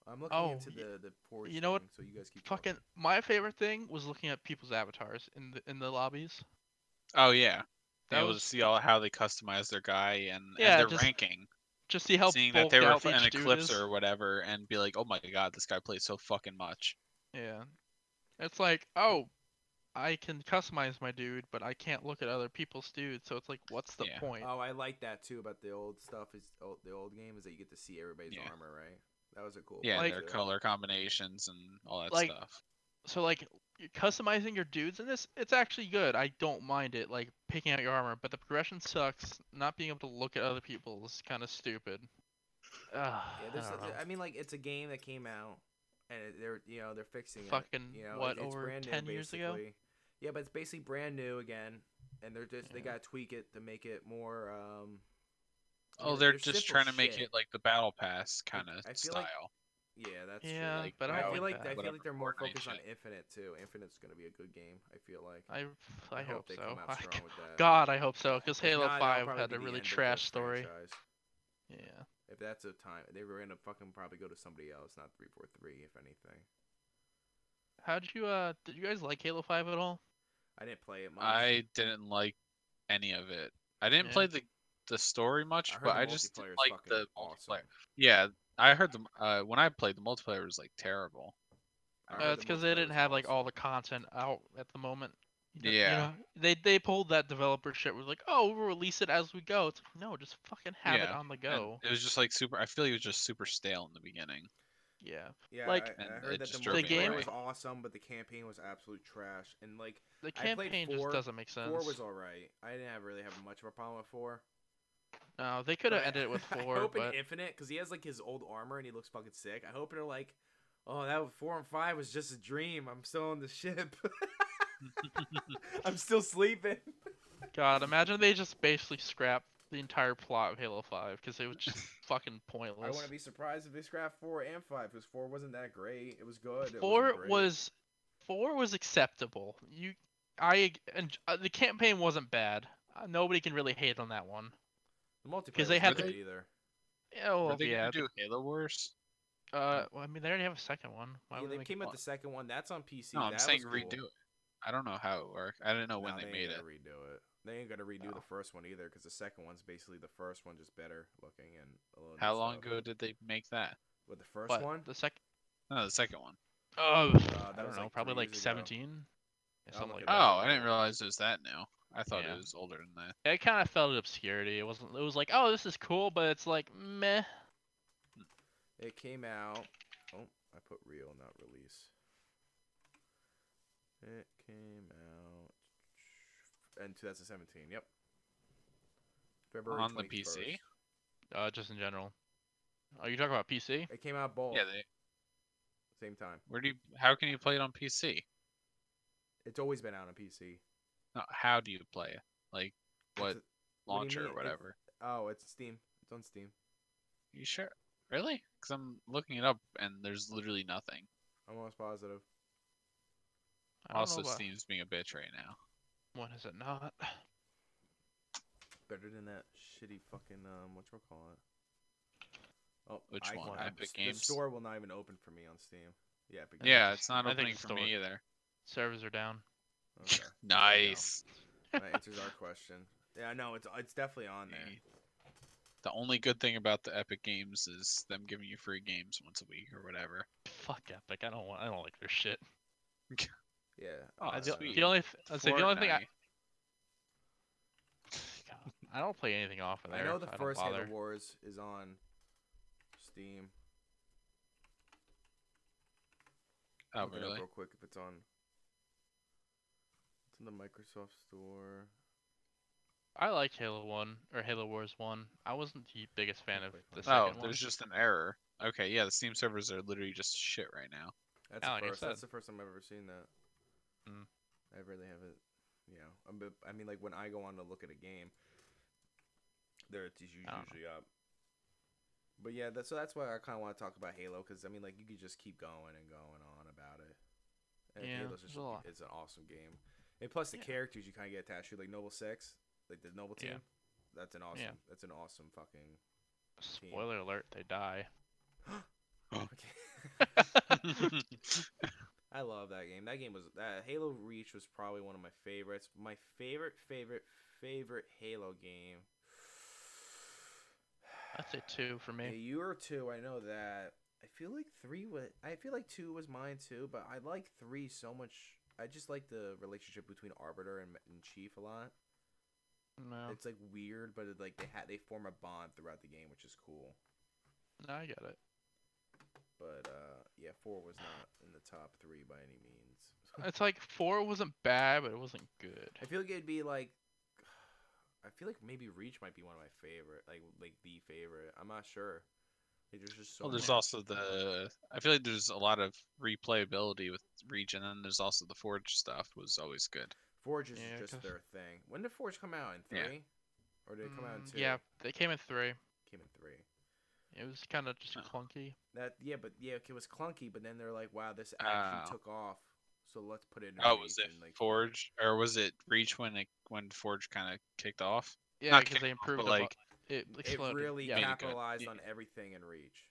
Speaker 1: I'm looking
Speaker 3: Oh,
Speaker 1: into
Speaker 3: y-
Speaker 1: the the forge
Speaker 3: you know what?
Speaker 1: thing, So you guys keep talking.
Speaker 3: Fucking my favorite thing was looking at people's avatars in the in the lobbies.
Speaker 2: Oh yeah.
Speaker 3: That
Speaker 2: That able
Speaker 3: was-
Speaker 2: to see all how they customize their guy and,
Speaker 3: Yeah,
Speaker 2: and their
Speaker 3: just
Speaker 2: ranking,
Speaker 3: Just see how
Speaker 2: seeing that
Speaker 3: bulked
Speaker 2: they were
Speaker 3: out
Speaker 2: an
Speaker 3: each dude
Speaker 2: Eclipse
Speaker 3: is.
Speaker 2: or whatever, and be like, "Oh my god, this guy plays so fucking much."
Speaker 3: Yeah. It's like, oh, I can customize my dude, but I can't look at other people's dudes. So it's like, what's the
Speaker 2: Yeah.
Speaker 3: point?
Speaker 1: Oh, I like that too about the old stuff. Is oh, the old game is that you get to see everybody's
Speaker 2: Yeah.
Speaker 1: armor, right? That was a cool.
Speaker 2: Yeah,
Speaker 1: part
Speaker 3: Like-
Speaker 2: their
Speaker 1: too.
Speaker 2: color combinations and all that
Speaker 3: Like-
Speaker 2: stuff.
Speaker 3: So like, you're customizing your dudes in this, it's actually good. I don't mind it, like picking out your armor, but the progression sucks. Not being able to look at other people is kind of stupid. Ugh,
Speaker 1: Yeah,
Speaker 3: I
Speaker 1: there's.
Speaker 3: don't know.
Speaker 1: I, mean, like it's a game that came out, and it- they're you know they're fixing
Speaker 3: Fucking,
Speaker 1: it. You know,
Speaker 3: what,
Speaker 1: it- it's
Speaker 3: over
Speaker 1: brand new,
Speaker 3: 10 years ago?
Speaker 1: basically. Yeah, but it's basically brand new again, and they're just they
Speaker 3: Yeah.
Speaker 1: gotta tweak it to make it more. um they're-
Speaker 2: Oh, they're
Speaker 1: they're
Speaker 2: just
Speaker 1: simple
Speaker 2: trying to make
Speaker 1: shit.
Speaker 2: it like the battle pass kind
Speaker 1: I
Speaker 2: of
Speaker 1: feel
Speaker 2: style.
Speaker 1: like- Yeah, that's true.
Speaker 3: Yeah,
Speaker 2: like,
Speaker 3: but
Speaker 1: I,
Speaker 3: I don't
Speaker 1: feel like
Speaker 3: like
Speaker 1: I
Speaker 3: that.
Speaker 1: feel
Speaker 2: Whatever,
Speaker 1: like they're more
Speaker 2: Fortnite
Speaker 1: focused on
Speaker 2: shit.
Speaker 1: Infinite too. Infinite's gonna be a good game. I feel like.
Speaker 3: I, I, hope,
Speaker 1: they
Speaker 3: so.
Speaker 1: come out
Speaker 3: I-
Speaker 1: strong with that.
Speaker 3: God, I hope so, because
Speaker 1: If
Speaker 3: Halo
Speaker 1: not, that'll
Speaker 3: Five
Speaker 1: probably
Speaker 3: had
Speaker 1: be
Speaker 3: a
Speaker 1: the
Speaker 3: really
Speaker 1: end of the
Speaker 3: trash story.
Speaker 1: franchise.
Speaker 3: Yeah.
Speaker 1: If that's a time, they were gonna fucking probably go to somebody else, not three four three, if anything.
Speaker 3: How'd you uh? Did you guys like Halo Five at all?
Speaker 1: I didn't play it much.
Speaker 2: I didn't like any of it. I didn't
Speaker 3: Yeah.
Speaker 2: play the the story much,
Speaker 1: heard
Speaker 2: but
Speaker 1: the
Speaker 2: I just
Speaker 1: multiplayer
Speaker 2: didn't
Speaker 1: is
Speaker 2: like
Speaker 1: fucking
Speaker 2: the
Speaker 1: awesome.
Speaker 2: multiplayer. Yeah, I heard the m- uh, when I played the multiplayer was like terrible.
Speaker 1: I
Speaker 2: Uh,
Speaker 1: heard
Speaker 3: Uh,
Speaker 1: the
Speaker 3: it's because they
Speaker 1: multiplayer
Speaker 3: didn't
Speaker 1: was
Speaker 3: have like
Speaker 1: awesome.
Speaker 3: all the content out at the moment. You know- you
Speaker 2: Yeah.
Speaker 3: know, they they pulled that developer shit. Was like, oh, we'll release it as we go. It's like, no, just fucking have it
Speaker 2: Yeah,
Speaker 3: on the
Speaker 2: and
Speaker 3: go.
Speaker 2: It was just like super. I feel like it was just super stale in the beginning.
Speaker 3: yeah,
Speaker 1: Yeah,
Speaker 3: Like-
Speaker 1: I, I
Speaker 2: And
Speaker 1: heard that
Speaker 2: it
Speaker 1: the multiplayer
Speaker 2: just
Speaker 3: drove me away.
Speaker 1: was awesome, but the campaign was absolute trash. And like
Speaker 3: the
Speaker 1: I played
Speaker 3: campaign
Speaker 1: four-
Speaker 3: just doesn't make sense.
Speaker 1: four was all right. I didn't have, really have much of a problem with four.
Speaker 3: No, they could have
Speaker 1: But I-
Speaker 3: ended it with
Speaker 1: I
Speaker 3: four,
Speaker 1: hope
Speaker 3: but
Speaker 1: in Infinite, because he has like his old armor and he looks fucking sick. I hope they're like, oh, that was- four and five was just a dream. I'm still on the ship. I'm still sleeping.
Speaker 3: God, imagine they just basically scrapped the entire plot of Halo Five because it was just fucking
Speaker 1: I
Speaker 3: pointless.
Speaker 1: wouldn't be surprised if they scrapped four and five, because four wasn't that great. It was good. it wasn't
Speaker 3: four
Speaker 1: great.
Speaker 3: was four was acceptable. You, I and uh, the campaign wasn't bad. Uh, nobody can really hate on that one.
Speaker 1: the multiplayer
Speaker 3: they
Speaker 1: wasn't
Speaker 3: had
Speaker 2: the-
Speaker 1: great either.
Speaker 3: Yeah, well,
Speaker 2: Were they
Speaker 3: yeah,
Speaker 2: gonna do Halo Wars?
Speaker 3: Uh, well, I mean, they already have a second one. Why
Speaker 1: Yeah,
Speaker 3: would
Speaker 1: they
Speaker 3: make
Speaker 1: came out
Speaker 3: one?
Speaker 1: the second one. That's on PC.
Speaker 2: no, I'm
Speaker 1: that
Speaker 2: saying
Speaker 1: was
Speaker 2: redo
Speaker 1: cool.
Speaker 2: it. I don't know how it worked. I didn't know when
Speaker 1: Nah,
Speaker 2: they,
Speaker 1: ain't
Speaker 2: made it.
Speaker 1: gonna Redo it. They ain't gonna redo
Speaker 2: Oh.
Speaker 1: the first one either, because the second one's basically the first one, just better looking and a little. new
Speaker 2: How long
Speaker 1: stuff.
Speaker 2: ago did they make that?
Speaker 1: With the first
Speaker 3: What,
Speaker 1: one, Uh,
Speaker 3: The second.
Speaker 2: No, the second one.
Speaker 3: Oh,
Speaker 1: that
Speaker 3: I don't
Speaker 1: was
Speaker 3: know.
Speaker 1: like
Speaker 3: probably
Speaker 1: three
Speaker 3: like
Speaker 1: years ago.
Speaker 3: 17.
Speaker 1: I'll
Speaker 3: or Something
Speaker 1: look
Speaker 3: like
Speaker 1: it
Speaker 3: that.
Speaker 1: up.
Speaker 2: Oh, I didn't realize it was that new. I thought
Speaker 3: Yeah.
Speaker 2: it was older than that.
Speaker 3: It kind of fell to obscurity. It wasn't. It was like, oh, this is cool, but it's like meh.
Speaker 1: it came out. Oh, I put real, not release. It came out in 2017. Yep. February
Speaker 2: On the PC?
Speaker 1: 21st.
Speaker 3: Uh, just in general. Oh, you talking about PC?
Speaker 1: It came out both
Speaker 2: Yeah, they,
Speaker 1: same time.
Speaker 2: where do you? How can you play it on PC?
Speaker 1: It's always been out on PC.
Speaker 2: No, how do you play it? Like
Speaker 1: It's
Speaker 2: what
Speaker 1: a- what do you
Speaker 2: launcher
Speaker 1: mean?
Speaker 2: or
Speaker 1: It's-
Speaker 2: whatever?
Speaker 1: oh, it's Steam. It's on Steam.
Speaker 2: You sure? Really? Because I'm looking it up and there's literally nothing.
Speaker 1: I'm almost positive.
Speaker 3: I don't
Speaker 2: Also,
Speaker 3: know about-
Speaker 2: Steam's being a bitch right now.
Speaker 3: When is it not?
Speaker 1: better than that shitty fucking um what you call it. Oh,
Speaker 2: Which
Speaker 1: I-
Speaker 2: one?
Speaker 1: I-
Speaker 2: Epic
Speaker 1: the
Speaker 2: Games?
Speaker 1: store will not even open for me on Steam. Yeah, Epic
Speaker 3: think
Speaker 2: Yeah,
Speaker 3: it's-
Speaker 2: it's not
Speaker 3: I think
Speaker 2: opening
Speaker 3: it's
Speaker 2: for
Speaker 3: still
Speaker 2: me either.
Speaker 3: Servers are down.
Speaker 1: Games. Okay.
Speaker 2: Nice.
Speaker 1: That answers our question. Yeah, no, it's it's definitely on there.
Speaker 2: The only good thing about the Epic Games is them giving you free games once a week or whatever.
Speaker 3: Fuck Epic. I don't want. I don't like their shit.
Speaker 1: Yeah. Uh,
Speaker 2: Oh,
Speaker 3: I-
Speaker 1: that's
Speaker 3: the,
Speaker 2: sweet.
Speaker 1: sweet.
Speaker 3: the only th- I'd say the only thing I,
Speaker 2: Fortnite.
Speaker 3: God, I don't play anything off of
Speaker 1: I
Speaker 3: there.
Speaker 1: know
Speaker 3: so
Speaker 1: the
Speaker 3: I don't
Speaker 1: first Halo
Speaker 3: bother.
Speaker 1: Wars is on Steam.
Speaker 2: Oh,
Speaker 1: Look it up
Speaker 2: really?
Speaker 1: Real quick, if it's on. It's in the Microsoft Store.
Speaker 3: I like Halo One or Halo Wars One. I wasn't the biggest fan of the second
Speaker 2: Oh,
Speaker 3: one.
Speaker 2: there's just an error. Okay, yeah, the Steam servers are literally just shit right now.
Speaker 1: That's
Speaker 3: Yeah, like I
Speaker 1: the first. That's
Speaker 3: Oh, said.
Speaker 1: the first time I've ever seen that.
Speaker 3: Mm.
Speaker 1: I really haven't. You know, I'm bit- I mean, like when I go on to look at a game, there it's usually,
Speaker 3: Oh.
Speaker 1: usually up. But yeah, that, so that's why I kind of want to talk about Halo because I mean, like you could just keep going and going on about it. And
Speaker 3: Yeah,
Speaker 1: Halo's
Speaker 3: there's
Speaker 1: just
Speaker 3: a lot.
Speaker 1: it's an awesome game, and plus the
Speaker 3: Yeah.
Speaker 1: characters you kind of get attached to, like Noble Six, like the Noble Team.
Speaker 3: Yeah.
Speaker 1: That's an awesome. That's an awesome fucking.
Speaker 3: Spoiler alert: they die.
Speaker 1: Okay.
Speaker 2: I
Speaker 1: I love that game. That game was uh, Halo Reach was probably one of my favorites. My favorite, favorite, favorite Halo game.
Speaker 3: I'd say two for
Speaker 1: Yeah,
Speaker 3: me.
Speaker 1: you were two. I know that. I feel like three was. I feel like two was mine too. But I like three so much. I just like the relationship between Arbiter and, and Chief a lot.
Speaker 3: No,
Speaker 1: It's like weird, but it, like they had they form a bond throughout the game, which is cool.
Speaker 3: no, I get it.
Speaker 1: But uh, yeah, four was not in the top three by any means.
Speaker 3: It's like four wasn't bad, but it wasn't good.
Speaker 1: I feel like it'd be like I feel like maybe Reach might be one of my favorite, like like the favorite. I'm not sure. Like, there's just so
Speaker 2: well, there's
Speaker 1: much.
Speaker 2: also the. I feel like there's a lot of replayability with Reach, and then there's also the Forge stuff was always good.
Speaker 1: Forge is
Speaker 3: Yeah,
Speaker 1: just
Speaker 3: 'cause-
Speaker 1: their thing. When did Forge come out in
Speaker 2: Yeah.
Speaker 1: three? Or did it come out in
Speaker 3: Mm,
Speaker 1: two?
Speaker 3: Yeah, they came in three.
Speaker 1: came in three.
Speaker 3: It was kind of just
Speaker 2: Oh.
Speaker 3: clunky.
Speaker 1: That yeah, but yeah, it was clunky. But then they're like, wow, this action
Speaker 2: Oh.
Speaker 1: took off, so let's put it in.
Speaker 2: Oh, was
Speaker 1: Reach
Speaker 2: it
Speaker 1: and, like,
Speaker 2: Forge or was it Reach when it when Forge kind of kicked off?
Speaker 3: Yeah,
Speaker 2: Not
Speaker 3: because they
Speaker 2: kicked off, but,
Speaker 3: improved. a
Speaker 2: like-
Speaker 3: bu- it
Speaker 1: It
Speaker 3: exploded.
Speaker 1: really
Speaker 3: yeah,
Speaker 2: made it good.
Speaker 1: capitalized
Speaker 2: Yeah.
Speaker 1: on everything in Reach.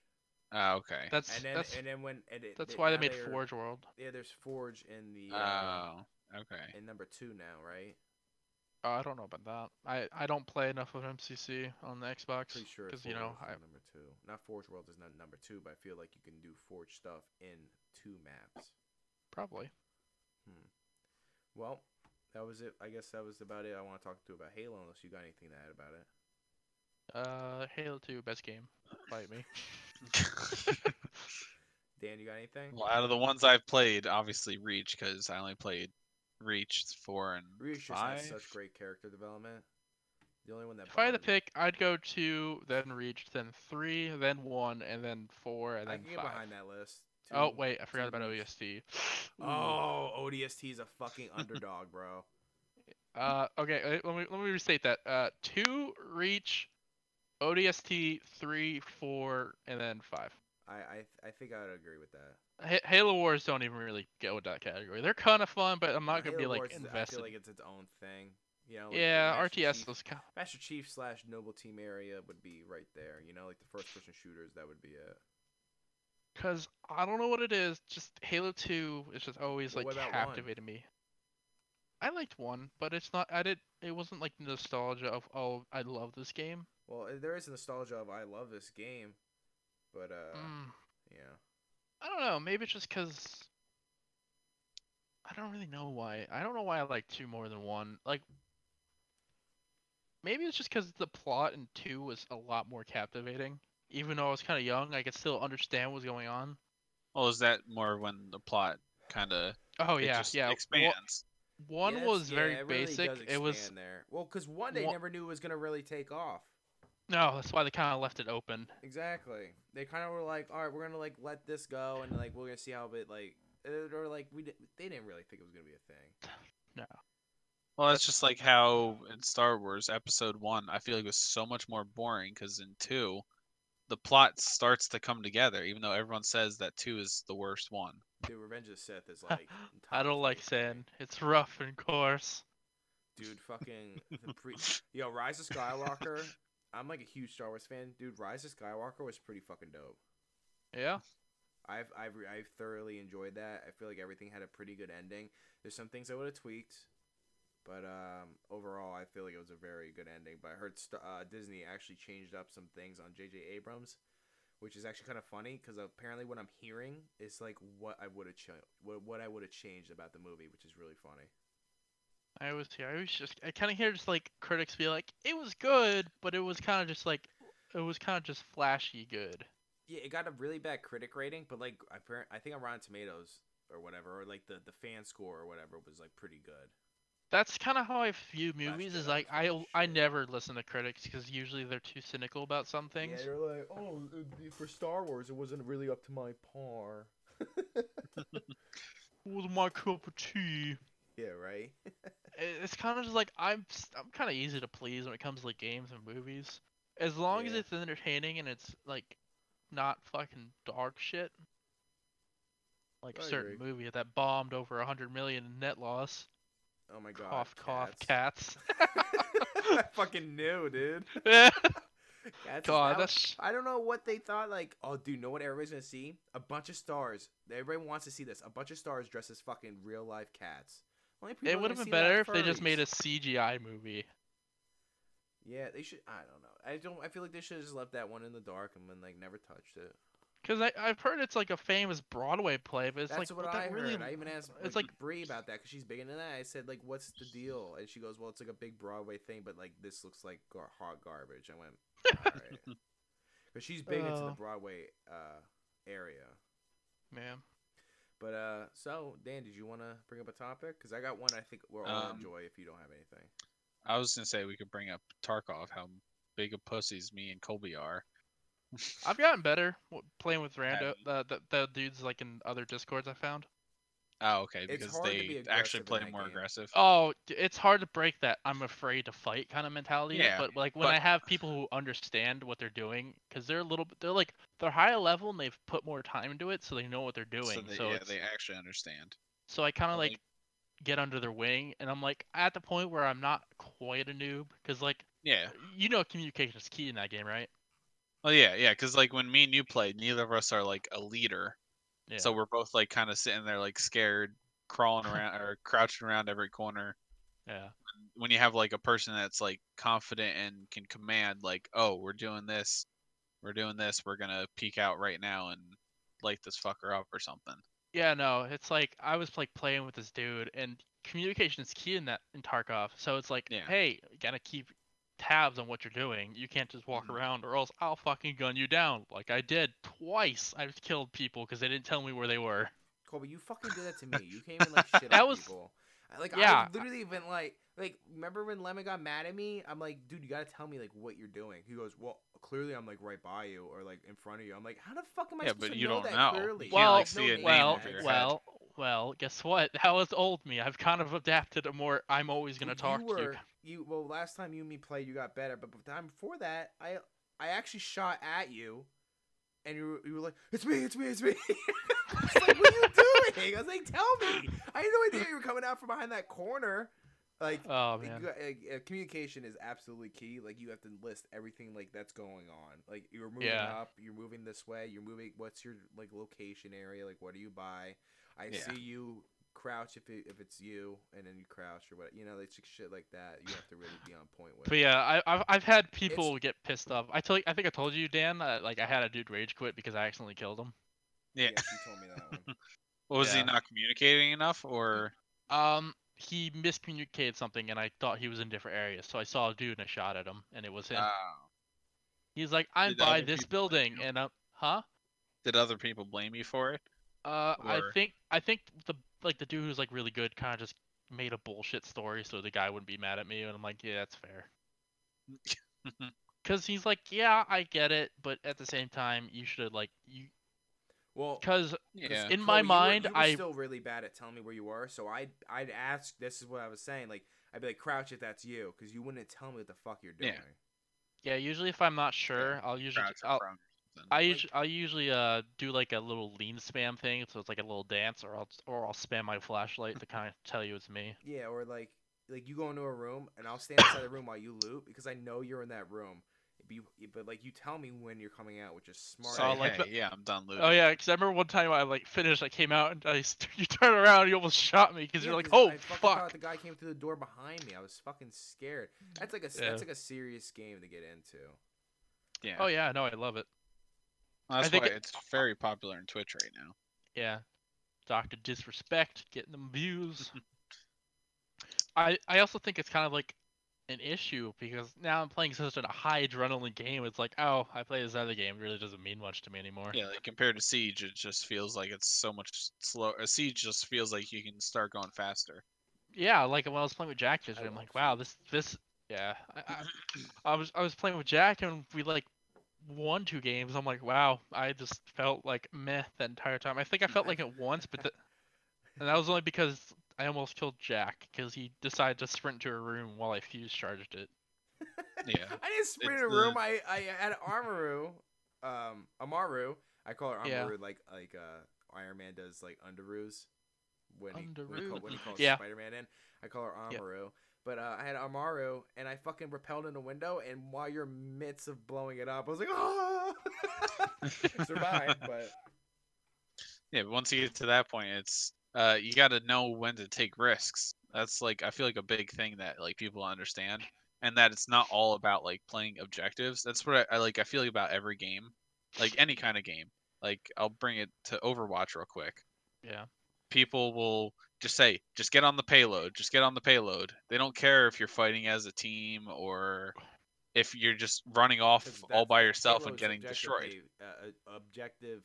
Speaker 2: Ah, okay.
Speaker 3: that's
Speaker 1: And then
Speaker 3: that's
Speaker 1: and then when and it,
Speaker 3: that's
Speaker 1: they-
Speaker 3: why they
Speaker 1: now
Speaker 3: made
Speaker 1: they're-
Speaker 3: Forge World.
Speaker 1: Yeah, there's Forge in the uh,
Speaker 2: Oh, okay.
Speaker 1: in number two now, right?
Speaker 3: Oh, I don't know about that. I I don't play enough of MCC on the Xbox
Speaker 1: Pretty sure
Speaker 3: because
Speaker 1: because
Speaker 3: you know I,
Speaker 1: number two. Not Forge World is not number two, but I feel like you can do Forge stuff in two maps.
Speaker 3: probably
Speaker 1: Well, that was it. I guess that was about it. I want to talk to about Halo, unless you got anything to add about it.
Speaker 3: uh Halo 2 best game. Fight me.
Speaker 1: Dan, you got anything?
Speaker 2: well, out of the ones I've played, obviously Reach because I only played Reach four and
Speaker 1: Reach just
Speaker 2: five.
Speaker 1: has such great character development. The only one that
Speaker 3: if I had to
Speaker 1: bothered-
Speaker 3: pick, I'd go two, then Reach, then three, then one, and then four, and
Speaker 1: I
Speaker 3: then
Speaker 1: can get
Speaker 3: five.
Speaker 1: behind that list.
Speaker 3: oh
Speaker 1: Two-
Speaker 3: wait, I forgot about E
Speaker 1: Reach.
Speaker 3: OEST.
Speaker 1: Oh, ODST is a fucking underdog, bro.
Speaker 3: Uh, okay, wait, let me let me restate that. Uh, two reach, ODST three, four, and then five.
Speaker 1: I, I I think I would agree with that.
Speaker 3: H- Halo Wars don't even really go with that category. They're kind of fun, but I'm not gonna
Speaker 1: Halo
Speaker 3: be like
Speaker 1: Wars is- I
Speaker 3: invested.
Speaker 1: feel like it's its own thing. You know, like the
Speaker 3: yeah,
Speaker 1: Master
Speaker 3: RTS
Speaker 1: Chief
Speaker 3: was kind.
Speaker 1: Master Chief slash Noble Team area would be right there. You know, like the first person shooters, that would be it.
Speaker 3: Cause I don't know what it is. Just Halo Two is just always
Speaker 1: Well, what
Speaker 3: like
Speaker 1: about one?
Speaker 3: captivated me. I liked one, but it's not. I did. It wasn't like nostalgia of oh, I love this game.
Speaker 1: Well, uh, there is nostalgia of I love this game, but uh,
Speaker 3: Mm,
Speaker 1: yeah,
Speaker 3: I don't know. Maybe it's just cause I don't really know why. I don't know why I like two more than one. Like maybe it's just cause the plot in two was a lot more captivating. Even though I was kind of young, I could still understand what was going on.
Speaker 2: Well, is that more when the plot kind of
Speaker 3: Oh yeah,
Speaker 2: just
Speaker 3: yeah. Wha-
Speaker 2: expands?
Speaker 3: One
Speaker 1: Yeah, that's-
Speaker 3: was
Speaker 1: yeah,
Speaker 3: very
Speaker 1: it really does
Speaker 3: basic. it was
Speaker 1: expand there. Well, because one they
Speaker 3: Wha-
Speaker 1: never knew was gonna really take off.
Speaker 3: no. That's why they kind of left it open.
Speaker 1: Exactly. They kind of were like, all right, we're gonna like let this go, and like we're gonna see how it like. uh, Or like we, di- they didn't really think it was gonna be a thing.
Speaker 2: Well, that's just like how in Star Wars Episode One, I feel like it was so much more boring because in two, the plot starts to come together, even though everyone says that two is the worst one.
Speaker 1: Dude, Revenge of the Sith is like.
Speaker 3: I
Speaker 1: top
Speaker 3: don't like
Speaker 1: three for me.
Speaker 3: sand. It's rough and coarse.
Speaker 1: dude. Fucking the pre- yo, Rise of Skywalker. I'm like a huge Star Wars fan, dude. Rise of Skywalker was pretty fucking dope.
Speaker 3: Yeah.
Speaker 1: I've I've re- I've thoroughly enjoyed that. I feel like everything had a pretty good ending. There's some things I would have tweaked, But um, overall, I feel like it was a very good ending. But I heard st- uh, Disney actually changed up some things on J.J. Abrams, which is actually kind of funny because apparently what I'm hearing is like what I would have ch- what, what I would have changed about the movie, which is really funny.
Speaker 3: I always hear, I always just, I kind of hear just like critics be like, it was good, but it was kind of just like, it was kind of just flashy good.
Speaker 1: Yeah, it got a really bad critic rating, but like apparent, I think on Rotten Tomatoes or whatever, or like the the fan score or whatever was like pretty good.
Speaker 3: That's kind of how I view movies.
Speaker 1: Jedi
Speaker 3: Is like
Speaker 1: was
Speaker 3: I
Speaker 1: fucking
Speaker 3: I
Speaker 1: shit.
Speaker 3: never listen to critics because usually they're too cynical about some things.
Speaker 1: Yeah, you're like, oh, uh, for Star Wars, it wasn't really up to my par.
Speaker 3: With my cup of tea.
Speaker 1: Yeah, right.
Speaker 3: I- It's kind of just like I'm s- I'm kind of easy to please when it comes to like, games and movies. As long as
Speaker 1: Yeah.
Speaker 3: it's entertaining and it's like not fucking dark shit. Like a
Speaker 1: I
Speaker 3: certain
Speaker 1: agree.
Speaker 3: movie that bombed over hundred million in net loss.
Speaker 1: Oh my god.
Speaker 3: cough cough
Speaker 1: cats.
Speaker 3: cats.
Speaker 1: I fucking knew, dude. Cats is
Speaker 3: God,
Speaker 1: out.
Speaker 3: that's
Speaker 1: I don't know what they thought. Like, oh, dude, know what everybody's gonna see? A bunch of stars. Everybody wants to see this. A bunch of stars dressed as fucking real life cats. Only people
Speaker 3: it
Speaker 1: are
Speaker 3: would have
Speaker 1: gonna
Speaker 3: been
Speaker 1: see that
Speaker 3: better if they just
Speaker 1: furries.
Speaker 3: made a CGI movie.
Speaker 1: Yeah, they should. I don't know. I don't. I feel like they should have just left that one in the dark and then like never touched it.
Speaker 3: Cause I I've heard it's like a famous Broadway play, but it's
Speaker 1: That's
Speaker 3: like
Speaker 1: what
Speaker 3: but
Speaker 1: I
Speaker 3: that
Speaker 1: heard.
Speaker 3: really
Speaker 1: I even asked
Speaker 3: it's
Speaker 1: it's
Speaker 3: like-
Speaker 1: like Brie about that because she's big into that. I said like, "What's the deal?" And she goes, "Well, it's like a big Broadway thing, but like this looks like gar- hot garbage." I went, "All right," because she's big into
Speaker 3: Oh.
Speaker 1: the Broadway uh, area.
Speaker 3: man.
Speaker 1: But uh, so Dan, did you want to bring up a topic? Because I got one. I think we'll all
Speaker 2: Um,
Speaker 1: enjoy if you don't have anything.
Speaker 2: I was gonna say we could bring up Tarkov, how big of pussies me and Colby are.
Speaker 3: I've gotten better w- playing with rando
Speaker 2: Have
Speaker 3: the, the the dudes like in other discords I found.
Speaker 2: Oh, okay,
Speaker 1: It's
Speaker 2: because
Speaker 1: hard to be
Speaker 2: they
Speaker 1: aggressive
Speaker 2: actually
Speaker 1: in
Speaker 2: play
Speaker 1: that
Speaker 2: more
Speaker 1: game.
Speaker 2: aggressive.
Speaker 3: Oh, d- it's hard to break that I'm afraid to fight kind of mentality.
Speaker 2: Yeah,
Speaker 3: but like when I
Speaker 2: but-
Speaker 3: have people who understand what they're doing, because they're a little bit- they're like they're higher level and they've put more time into it, so they know what they're doing.
Speaker 2: so
Speaker 3: So,
Speaker 2: they,
Speaker 3: so,
Speaker 2: yeah,
Speaker 3: it's-
Speaker 2: they actually understand.
Speaker 3: so I kind
Speaker 2: I
Speaker 3: of like
Speaker 2: think-
Speaker 3: get under their wing, and I'm like at the point where I'm not quite a noob, because like
Speaker 2: Yeah.
Speaker 3: you know communication is key in that game, right?
Speaker 2: Well, yeah, yeah, because like when me and you played, neither of us are like a leader,
Speaker 3: Yeah.
Speaker 2: so we're both like kind of sitting there like scared, crawling around or crouching around every corner.
Speaker 3: Yeah.
Speaker 2: When you have like a person that's like confident and can command, like, oh, we're doing this, we're doing this, we're gonna peek out right now and light this fucker up or something.
Speaker 3: Yeah, no, it's like I was like playing with this dude, and communication is key in that in Tarkov. So it's like,
Speaker 2: Yeah.
Speaker 3: hey, you gotta keep tabs on what you're doing. You can't just walk
Speaker 2: Mhm.
Speaker 3: around, or else I'll fucking gun you down, like I did twice. I've killed people because they didn't tell me where they were.
Speaker 1: Colby, you fucking did that to me. You came and like shit
Speaker 3: That
Speaker 1: on
Speaker 3: was-
Speaker 1: people. I- Like I
Speaker 3: Yeah.
Speaker 1: literally been like, like remember when Lemon got mad at me? I'm like, dude, you gotta tell me like what you're doing. He goes, well, clearly I'm like right by you or like in front of you. I'm like, how the fuck am I
Speaker 2: Yeah,
Speaker 1: supposed
Speaker 2: but
Speaker 1: to
Speaker 2: you
Speaker 1: know
Speaker 2: don't
Speaker 1: that
Speaker 2: know.
Speaker 1: clearly?
Speaker 2: You
Speaker 3: can't, like,
Speaker 1: There's
Speaker 2: see a name
Speaker 3: well,
Speaker 2: over your head.
Speaker 3: well, well. Guess what? That was old me. I've kind of adapted to more. I'm always gonna
Speaker 1: You
Speaker 3: talk to you.
Speaker 1: were- you. Well, last time you and me played, you got better, but the time before that, I I actually shot at you, and you were, you were like, "It's me, it's me, it's me." I was like, "What are you doing?" I was like, "Tell me." I had no idea you were coming out from behind that corner. Like,
Speaker 3: Oh
Speaker 1: you
Speaker 3: man.
Speaker 1: got- uh, uh, communication is absolutely key. Like, you have to list everything like that's going on. Like, you're moving
Speaker 3: Yeah.
Speaker 1: up, you're moving this way, you're moving. What's your like location area? Like, what do you buy? I
Speaker 2: Yeah.
Speaker 1: see you crouch if it, if it's you, and then you crouch or what? You know, it's just shit like that. You have to really be on point with.
Speaker 3: But yeah, I, I've I've had people get pissed off. I tell I think I told you, Dan. Uh, like I had a dude rage quit because I accidentally killed him.
Speaker 2: Yeah.
Speaker 1: Yes, you told me that one.
Speaker 2: Well, was
Speaker 3: Yeah.
Speaker 2: he not communicating enough, or
Speaker 3: Um, he miscommunicated something, and I thought he was in different areas. So I saw a dude and I shot at him, and it was him.
Speaker 2: uh,
Speaker 3: He's like, "I'm
Speaker 2: did the
Speaker 3: by
Speaker 2: other
Speaker 3: this
Speaker 2: people blame
Speaker 3: building,"
Speaker 2: you?
Speaker 3: and I'm, huh?
Speaker 2: did other people blame you for it?
Speaker 3: Uh, I
Speaker 2: Or-
Speaker 3: think I think the like the dude who's like really good kind of just made a bullshit story so the guy wouldn't be mad at me, and I'm like, yeah, that's fair. Cause he's like, yeah, I get it, but at the same time, you should like you,
Speaker 1: Well,
Speaker 3: cause
Speaker 2: Yeah.
Speaker 3: in my
Speaker 1: Cole, you were-
Speaker 3: mind,
Speaker 1: you were
Speaker 3: I
Speaker 1: still really bad at telling me where you were. So I I'd ask. This is what I was saying. Like, I'd be like, crouch if that's you, because you wouldn't tell me what the fuck you're doing.
Speaker 2: Yeah.
Speaker 3: Yeah, usually if I'm not sure, I'll usually
Speaker 2: Crouch in
Speaker 3: I'll,
Speaker 2: front or something.
Speaker 3: I
Speaker 1: like-
Speaker 3: usually I usually uh do like a little lean spam thing, so it's like a little dance, or I'll or I'll spam my flashlight to kind of tell you it's me.
Speaker 1: Yeah, or like like you go into a room and I'll stand outside the room while you loot because I know you're in that room. be, but like you tell me when you're coming out, which is smart.
Speaker 2: So
Speaker 3: Oh,
Speaker 1: as
Speaker 2: like,
Speaker 3: like
Speaker 1: heck.
Speaker 3: the-
Speaker 2: yeah, I'm done looting.
Speaker 3: Oh yeah, because I remember one time I like finished, I came out and I s- you turn around, and you almost shot me because
Speaker 1: Yeah,
Speaker 3: you're like,
Speaker 1: 'cause
Speaker 3: oh
Speaker 1: I fucking
Speaker 3: fuck.
Speaker 1: thought the guy came through the door behind me. I was fucking scared. That's like a
Speaker 3: Yeah.
Speaker 1: that's like a serious game to get into.
Speaker 2: yeah.
Speaker 3: Oh yeah, no, I love it.
Speaker 2: Well, That's
Speaker 3: I think
Speaker 2: why
Speaker 3: it-
Speaker 2: it's very popular on Twitch right now.
Speaker 3: Yeah, Doctor Disrespect getting them views. I I also think it's kind of like an issue because now I'm playing such a high adrenaline game. It's like, oh, I play this other game. It really doesn't mean much to me anymore.
Speaker 2: Yeah, like compared to Siege, it just feels like it's so much slower. Siege just feels like you can start going faster.
Speaker 3: Yeah, like when I was playing with Jack just
Speaker 1: I
Speaker 3: I'm
Speaker 1: love
Speaker 3: like, wow, this this yeah. I, I, I was I was playing with Jack and we like won two games. I'm like, wow, I just felt like meh the entire time. I think I felt like it once, but the, and that was only because I almost killed Jack because he decided to sprint to a room while I fuse charged it.
Speaker 2: Yeah.
Speaker 1: I didn't sprint
Speaker 2: It's
Speaker 1: in a room.
Speaker 2: the-
Speaker 1: I I had Armaru, um, Amaru. I call her Amaru
Speaker 3: Yeah.
Speaker 1: like like uh Iron Man does like Underoos. When he, when he,
Speaker 3: Underoos.
Speaker 1: call, when he calls
Speaker 3: Yeah.
Speaker 1: Spider Man in, I call her
Speaker 3: Yeah.
Speaker 1: Amaru. But uh, I had Amaru, and I fucking repelled in the window. And while you're midst of blowing it up, I was like, oh, survived. But
Speaker 2: Yeah, but once you get to that point, it's uh you got to know when to take risks. That's like I feel like a big thing that like people understand, and that it's not all about like playing objectives. That's what I, I like. I feel like about every game, like any kind of game. Like I'll bring it to Overwatch real quick.
Speaker 3: Yeah.
Speaker 2: People will just say, "Just get on the payload. Just get on the payload." They don't care if you're fighting as a team or if you're just running off
Speaker 1: 'Cause
Speaker 2: all
Speaker 1: that's-
Speaker 2: by yourself and
Speaker 1: payload's
Speaker 2: getting
Speaker 1: objectively,
Speaker 2: destroyed.
Speaker 1: Uh, uh, objective.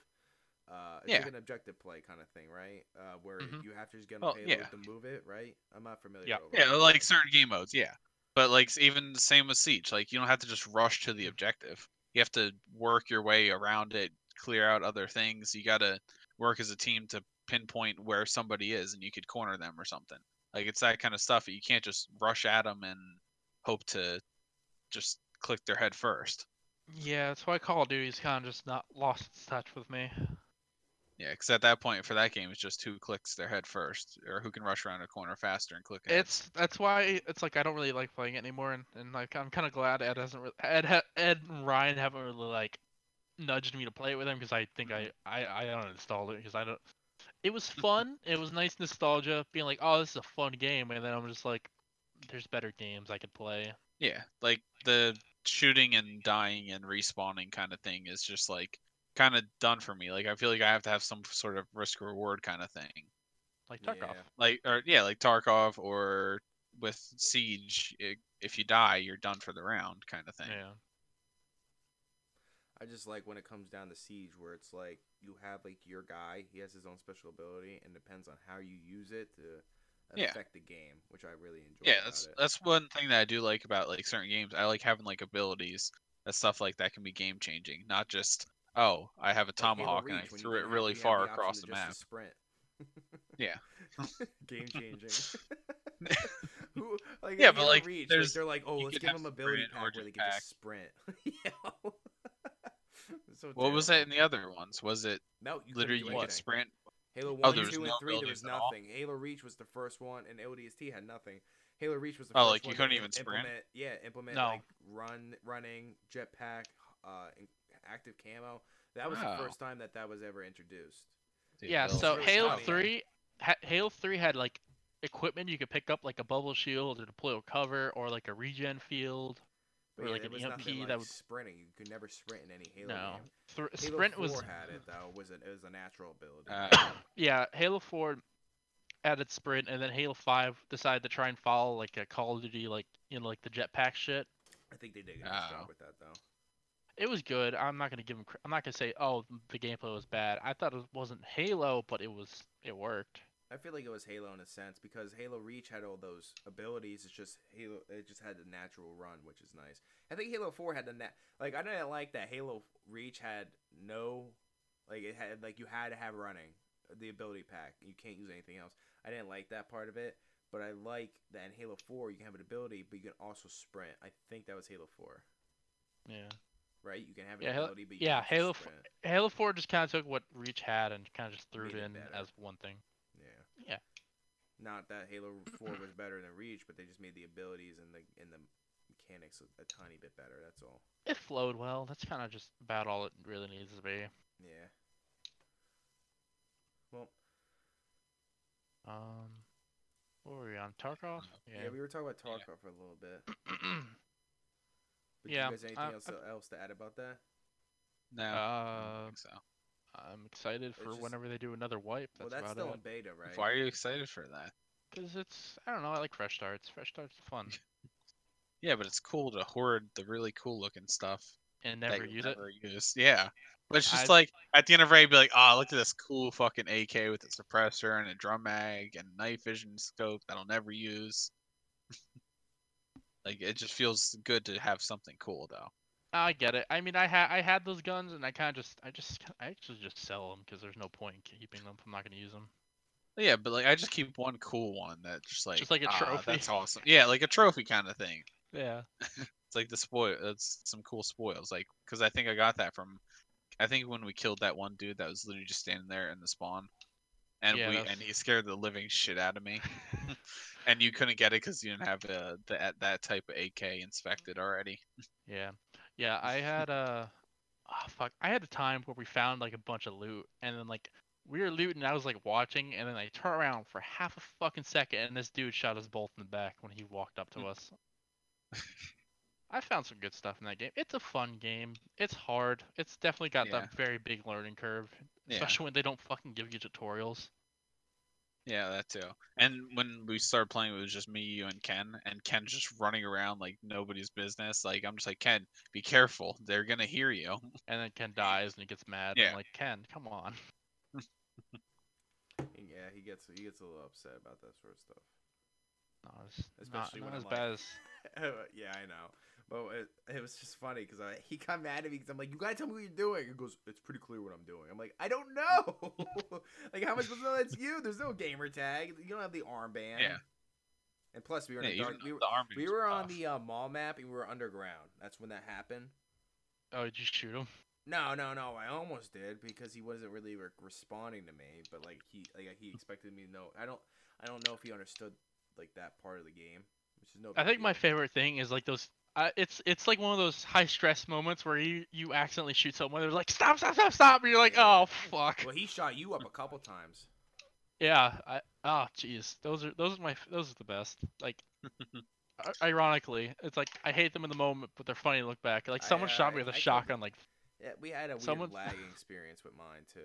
Speaker 1: Uh, it's
Speaker 2: Yeah. Mm-hmm.
Speaker 1: like an objective play kind of thing, right? Uh, where
Speaker 3: Mhm.
Speaker 1: you have to just get on
Speaker 2: Well,
Speaker 1: the payload
Speaker 2: yeah.
Speaker 1: to move it, right? I'm not familiar.
Speaker 3: Yeah.
Speaker 1: with all
Speaker 2: Yeah,
Speaker 1: that.
Speaker 2: like certain game modes, yeah. But like s- even the same with Siege, like you don't have to just rush to the objective. You have to work your way around it, clear out other things. You got to work as a team to pinpoint where somebody is and you could corner them or something. Like it's that kind of stuff. You can't just rush at them and hope to just click their head first.
Speaker 3: Yeah, that's why Call of Duty's kind of just not lost its touch with me.
Speaker 2: Yeah, because at that point for that game, it's just who clicks their head first or who can rush around a corner faster and click heads.
Speaker 3: It's that's why it's like I don't really like playing it anymore, and, and like I'm kind of glad Ed hasn't really, Ed ha- Ed and Ryan haven't really like nudged me to play it with him because I think I
Speaker 1: Mm-hmm.
Speaker 3: I I uninstalled it because I don't. It was fun. it was nice nostalgia, being like, oh, this is a fun game, and then I'm just like, there's better games I could play.
Speaker 2: Yeah, like the shooting and dying and respawning kind of thing is just like kind of done for me. Like I feel like I have to have some sort of risk reward kind of thing.
Speaker 3: Like Tarkov.
Speaker 1: Yeah.
Speaker 2: Like or yeah, like Tarkov or with Siege, i if you die, you're done for the round kind of
Speaker 3: Yeah.
Speaker 2: thing.
Speaker 1: I just like when it comes down to siege, where it's like you have like your guy, he has his own special ability, and depends on how you use it to
Speaker 2: Yeah.
Speaker 1: affect the game, which I really enjoy.
Speaker 2: Yeah,
Speaker 1: about
Speaker 2: that's
Speaker 1: it.
Speaker 2: that's one thing that I do like about like certain games. I like having like abilities and stuff like that can be game changing, not just oh, I have a
Speaker 1: Like Halo
Speaker 2: tomahawk and I
Speaker 1: Reach, when you
Speaker 2: threw it
Speaker 1: can have-
Speaker 2: really
Speaker 1: you have
Speaker 2: far
Speaker 1: option
Speaker 2: across
Speaker 1: to
Speaker 2: the
Speaker 1: just
Speaker 2: map.
Speaker 1: Sprint.
Speaker 2: Yeah.
Speaker 1: Game changing. Who, like,
Speaker 2: Yeah,
Speaker 1: in
Speaker 2: but,
Speaker 1: Halo
Speaker 2: like,
Speaker 1: Reach,
Speaker 2: there's-
Speaker 1: they're like, oh,
Speaker 2: you
Speaker 1: let's
Speaker 2: could
Speaker 1: give
Speaker 2: have
Speaker 1: them ability
Speaker 2: sprint or
Speaker 1: pack where they can just sprint. yeah. so
Speaker 2: What was that in
Speaker 1: terrible.
Speaker 2: the other ones? Was it
Speaker 1: No, you couldn't
Speaker 2: literally
Speaker 1: do
Speaker 2: you could
Speaker 1: anything.
Speaker 2: sprint
Speaker 1: Halo 1,
Speaker 2: Oh, there was
Speaker 1: 2, and
Speaker 2: no
Speaker 1: 3, there was
Speaker 2: buildings at all?
Speaker 1: nothing. Halo Reach was the first one, and ODST had nothing. Halo Reach was the
Speaker 2: Oh,
Speaker 1: first
Speaker 2: like, you
Speaker 1: one to
Speaker 2: couldn't
Speaker 1: im-
Speaker 2: even sprint?
Speaker 1: implement- Yeah, implement
Speaker 3: No.
Speaker 1: like run, running, jetpack, uh, in- active camo. That was
Speaker 2: Wow.
Speaker 1: the first time that that was ever introduced.
Speaker 2: Dude,
Speaker 3: Yeah,
Speaker 2: those
Speaker 3: so
Speaker 2: were
Speaker 3: Halo
Speaker 2: tough.
Speaker 1: funny. eh?
Speaker 3: 3 ha- Halo 3 had like equipment you could pick up like a bubble shield or deployable cover or like a regen field.
Speaker 1: But
Speaker 3: Or,
Speaker 1: yeah,
Speaker 3: like,
Speaker 1: there
Speaker 3: an
Speaker 2: E
Speaker 1: was
Speaker 3: EMP
Speaker 1: nothing
Speaker 3: that
Speaker 1: like
Speaker 3: would-
Speaker 1: sprinting. You could never sprint in any Halo
Speaker 3: No.
Speaker 1: game.
Speaker 3: Thr-
Speaker 1: Halo
Speaker 3: sprint
Speaker 1: 4
Speaker 3: was
Speaker 1: had it though. Was it? It was a natural ability.
Speaker 2: Uh,
Speaker 3: Yeah, Halo 4 added sprint, and then Halo 5 decided to try and follow like a Call of Duty, like you know, like the jetpack shit.
Speaker 1: I think they did a good job
Speaker 2: Oh.
Speaker 1: with that though.
Speaker 3: It was good. I'm not gonna give them. I'm not gonna say, oh, the gameplay was bad. I thought it wasn't Halo, but it was. It worked.
Speaker 1: I feel like it was Halo in a sense because Halo Reach had all those abilities. It's just Halo. It just had the natural run, which is nice. I think Halo Four had the nat. Like I didn't like that Halo Reach had no, like it had like you had to have running the ability pack. You can't use anything else. I didn't like that part of it, but I like that in Halo Four you can have an ability, but you can also sprint. I think that was Halo Four,
Speaker 3: Yeah.
Speaker 1: right? You can have an
Speaker 3: Yeah, Halo-
Speaker 1: ability, but you can
Speaker 3: yeah,
Speaker 1: also
Speaker 3: Halo F-
Speaker 1: Sprint.
Speaker 3: Halo 4 just kind of took what Reach had and kind of just threw it
Speaker 1: Made it
Speaker 3: in
Speaker 1: better.
Speaker 3: as one thing.
Speaker 1: Yeah.
Speaker 3: Yeah.
Speaker 1: Not that Halo Four was better than Reach, but they just made the abilities and the and the mechanics a, a tiny bit better. That's all.
Speaker 3: It flowed well. That's kind of just about all it really needs to be.
Speaker 1: Yeah. Well,
Speaker 3: Um, what were we on? Tarkov?
Speaker 1: yeah, we were talking about Tarkov for a little bit. But do
Speaker 3: Yeah,
Speaker 1: you guys anything
Speaker 3: I-
Speaker 1: else,
Speaker 3: I-
Speaker 1: else to add about that?
Speaker 2: No. I don't
Speaker 3: Uh,
Speaker 2: think so.
Speaker 3: I'm excited for
Speaker 1: just-
Speaker 3: whenever they do another wipe.
Speaker 1: well,
Speaker 3: That's,
Speaker 1: that's
Speaker 3: about
Speaker 1: still
Speaker 3: it.
Speaker 1: in beta, right?
Speaker 2: Why are you excited for that?
Speaker 3: Because it's, I don't know, I like fresh starts. Fresh starts are fun.
Speaker 2: Yeah, but it's cool to hoard the really cool looking stuff
Speaker 3: And never
Speaker 2: that you
Speaker 3: use it.
Speaker 2: never use. Yeah. But it's just
Speaker 3: I've-
Speaker 2: like at the end of raid, be like, oh, look at this cool fucking AK with a suppressor and a drum mag and night vision scope that I'll never use. like it just feels good to have something cool though.
Speaker 3: I get it. I mean, I had I had those guns, and I kind of just, I just, I actually just sell them because there's no point in keeping them if I'm not gonna use them.
Speaker 2: Yeah, but like I just keep one cool one that just like
Speaker 3: like a
Speaker 2: "Ah,
Speaker 3: trophy."
Speaker 2: that's awesome. Yeah, like a trophy kind of thing.
Speaker 3: Yeah.
Speaker 2: It's like the spoil. That's some cool spoils. Like, cause I think I got that from. I think when we killed that one dude that was literally just standing there in the spawn, and
Speaker 3: Yeah,
Speaker 2: we
Speaker 3: that's-
Speaker 2: and he scared the living shit out of me, and you couldn't get it because you didn't have the, that that type of AK inspected already.
Speaker 3: Yeah. Yeah, I had uh oh, fuck. I had a time where we found like a bunch of loot and then like we were looting and I was like watching and then I turned around for half a fucking second and this dude shot us both in the back when he walked up
Speaker 1: Hmm.
Speaker 3: to us. I found some good stuff in that game. It's a fun game. It's hard. It's definitely got
Speaker 2: Yeah.
Speaker 3: that very big learning curve,
Speaker 2: Yeah.
Speaker 3: especially when they don't fucking give you tutorials.
Speaker 2: Yeah, that too. And when we started playing, it was just me, you, and Ken. And Ken's just running around like nobody's business. Like I'm just like Ken, be careful. They're gonna hear you.
Speaker 3: And then Ken dies and he gets mad.
Speaker 2: Yeah.
Speaker 3: I'm like, Ken, come on.
Speaker 1: Yeah, he gets he gets a little upset about that sort of stuff.
Speaker 3: No, it's
Speaker 1: Especially
Speaker 3: not,
Speaker 1: when
Speaker 3: not
Speaker 1: I'm
Speaker 3: as
Speaker 1: like-
Speaker 3: bad as
Speaker 1: yeah, I know. But it, it was just funny because he got mad at me because I'm like, you gotta tell me what you're doing. He goes, it's pretty clear what I'm doing. I'm like, I don't know. like, how am I supposed to know that's you? There's no gamer tag. You don't have the armband.
Speaker 2: Yeah.
Speaker 1: And plus, we were,
Speaker 2: Yeah,
Speaker 1: in a
Speaker 2: even
Speaker 1: dark,
Speaker 2: though
Speaker 1: we were,
Speaker 2: the army
Speaker 1: we
Speaker 2: was
Speaker 1: were on
Speaker 2: tough.
Speaker 1: the uh, mall map and we were underground. That's when that happened.
Speaker 3: Oh, did you shoot him?
Speaker 1: No, no, no. I almost did because he wasn't really re- responding to me, but like he like he expected me to know. I don't I don't know if he understood like that part of the game, which is no.
Speaker 3: I
Speaker 1: big
Speaker 3: think my
Speaker 1: deal.
Speaker 3: favorite thing is like those. Uh, it's it's like one of those high stress moments where you you accidentally shoot someone. They're like stop stop stop stop, and you're like
Speaker 1: Yeah.
Speaker 3: oh fuck.
Speaker 1: Well, he shot you up a couple times.
Speaker 3: Yeah. I, oh jeez, those are those are my f- those are the best. Like. i- Ironically, it's like I hate them in the moment, but they're funny to look back. Like
Speaker 1: I-
Speaker 3: someone shot me
Speaker 1: I-
Speaker 3: with a
Speaker 1: I couldn't-
Speaker 3: shotgun. Like
Speaker 1: Yeah, we had a weird
Speaker 3: Someone-
Speaker 1: lagging experience with mine too.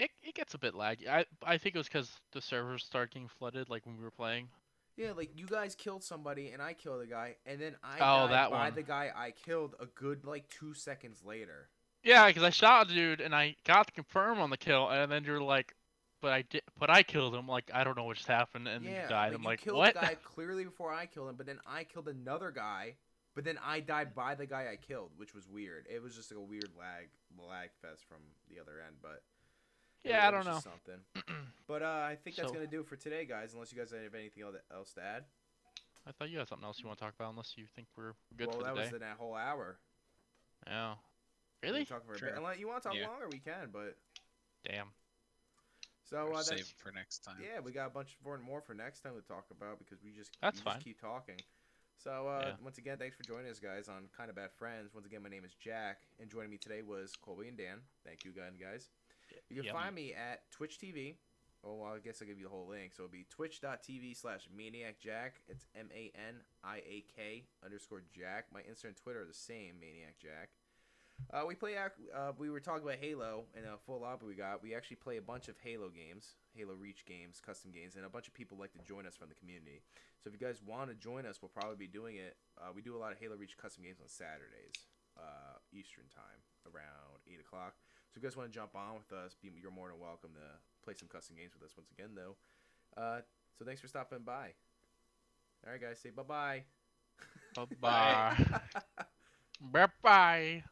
Speaker 3: it, it gets a bit laggy. I I think it was because the servers started getting flooded. Like when we were playing.
Speaker 1: Yeah, like you guys killed somebody and I killed a guy, and then I
Speaker 3: Oh,
Speaker 1: died
Speaker 3: that
Speaker 1: by
Speaker 3: one.
Speaker 1: the guy I killed a good like two seconds later.
Speaker 3: Yeah, because I shot a dude and I got the confirm on the kill, and then you're like, but I did, but I killed him. Like I don't know what just happened, and then
Speaker 1: yeah,
Speaker 3: you died.
Speaker 1: but
Speaker 3: I'm
Speaker 1: you
Speaker 3: like,
Speaker 1: killed
Speaker 3: what?
Speaker 1: the guy clearly before I killed him, but then I killed another guy, but then I died by the guy I killed, which was weird. It was just like a weird lag lag fest from the other end, but it-
Speaker 3: Yeah, I
Speaker 1: it was
Speaker 3: don't know.
Speaker 1: just Something. But uh, I think that's
Speaker 3: So-
Speaker 1: gonna do it for today, guys. Unless you guys have anything el- else to add.
Speaker 3: I thought you had something else you want to talk about, unless you think we're good
Speaker 1: well,
Speaker 3: for the
Speaker 1: that
Speaker 3: day.
Speaker 1: was in that whole hour.
Speaker 3: Yeah.
Speaker 1: We
Speaker 3: Really?
Speaker 1: talked for a
Speaker 2: Sure.
Speaker 1: bit. Unless you want to talk
Speaker 2: Yeah.
Speaker 1: longer, we can. But
Speaker 3: Damn.
Speaker 1: so uh,
Speaker 2: save
Speaker 1: that's
Speaker 2: it for next time.
Speaker 1: Yeah, we got a bunch more and more for next time to talk about because we just,
Speaker 3: That's
Speaker 1: we
Speaker 3: fine.
Speaker 1: just keep talking. So uh,
Speaker 3: Yeah.
Speaker 1: once again, thanks for joining us, guys, on Kind of Bad Friends. Once again, my name is Jack, and joining me today was Colby and Dan. Thank you, again, guys. You can
Speaker 3: Yep.
Speaker 1: find me at Twitch TV. Oh, well, I guess I'll give you the whole link. So it'll be twitch.tv slash Maniac Jack. It's M A N I A K underscore Jack. My Instagram and Twitter are the same, Maniac Jack. Uh, we play. ac- Uh, we were talking about Halo and a full lobby we got. We actually play a bunch of Halo games, Halo Reach games, custom games, and a bunch of people like to join us from the community. So if you guys want to join us, we'll probably be doing it. Uh, we do a lot of Halo Reach custom games on Saturdays, uh, Eastern time, around eight o'clock. So if you guys want to jump on with us, be, you're more than welcome to play some custom games with us. Once again, though, uh, so thanks for stopping by. All right, guys, say bye bye.
Speaker 3: Bye bye. bye bye.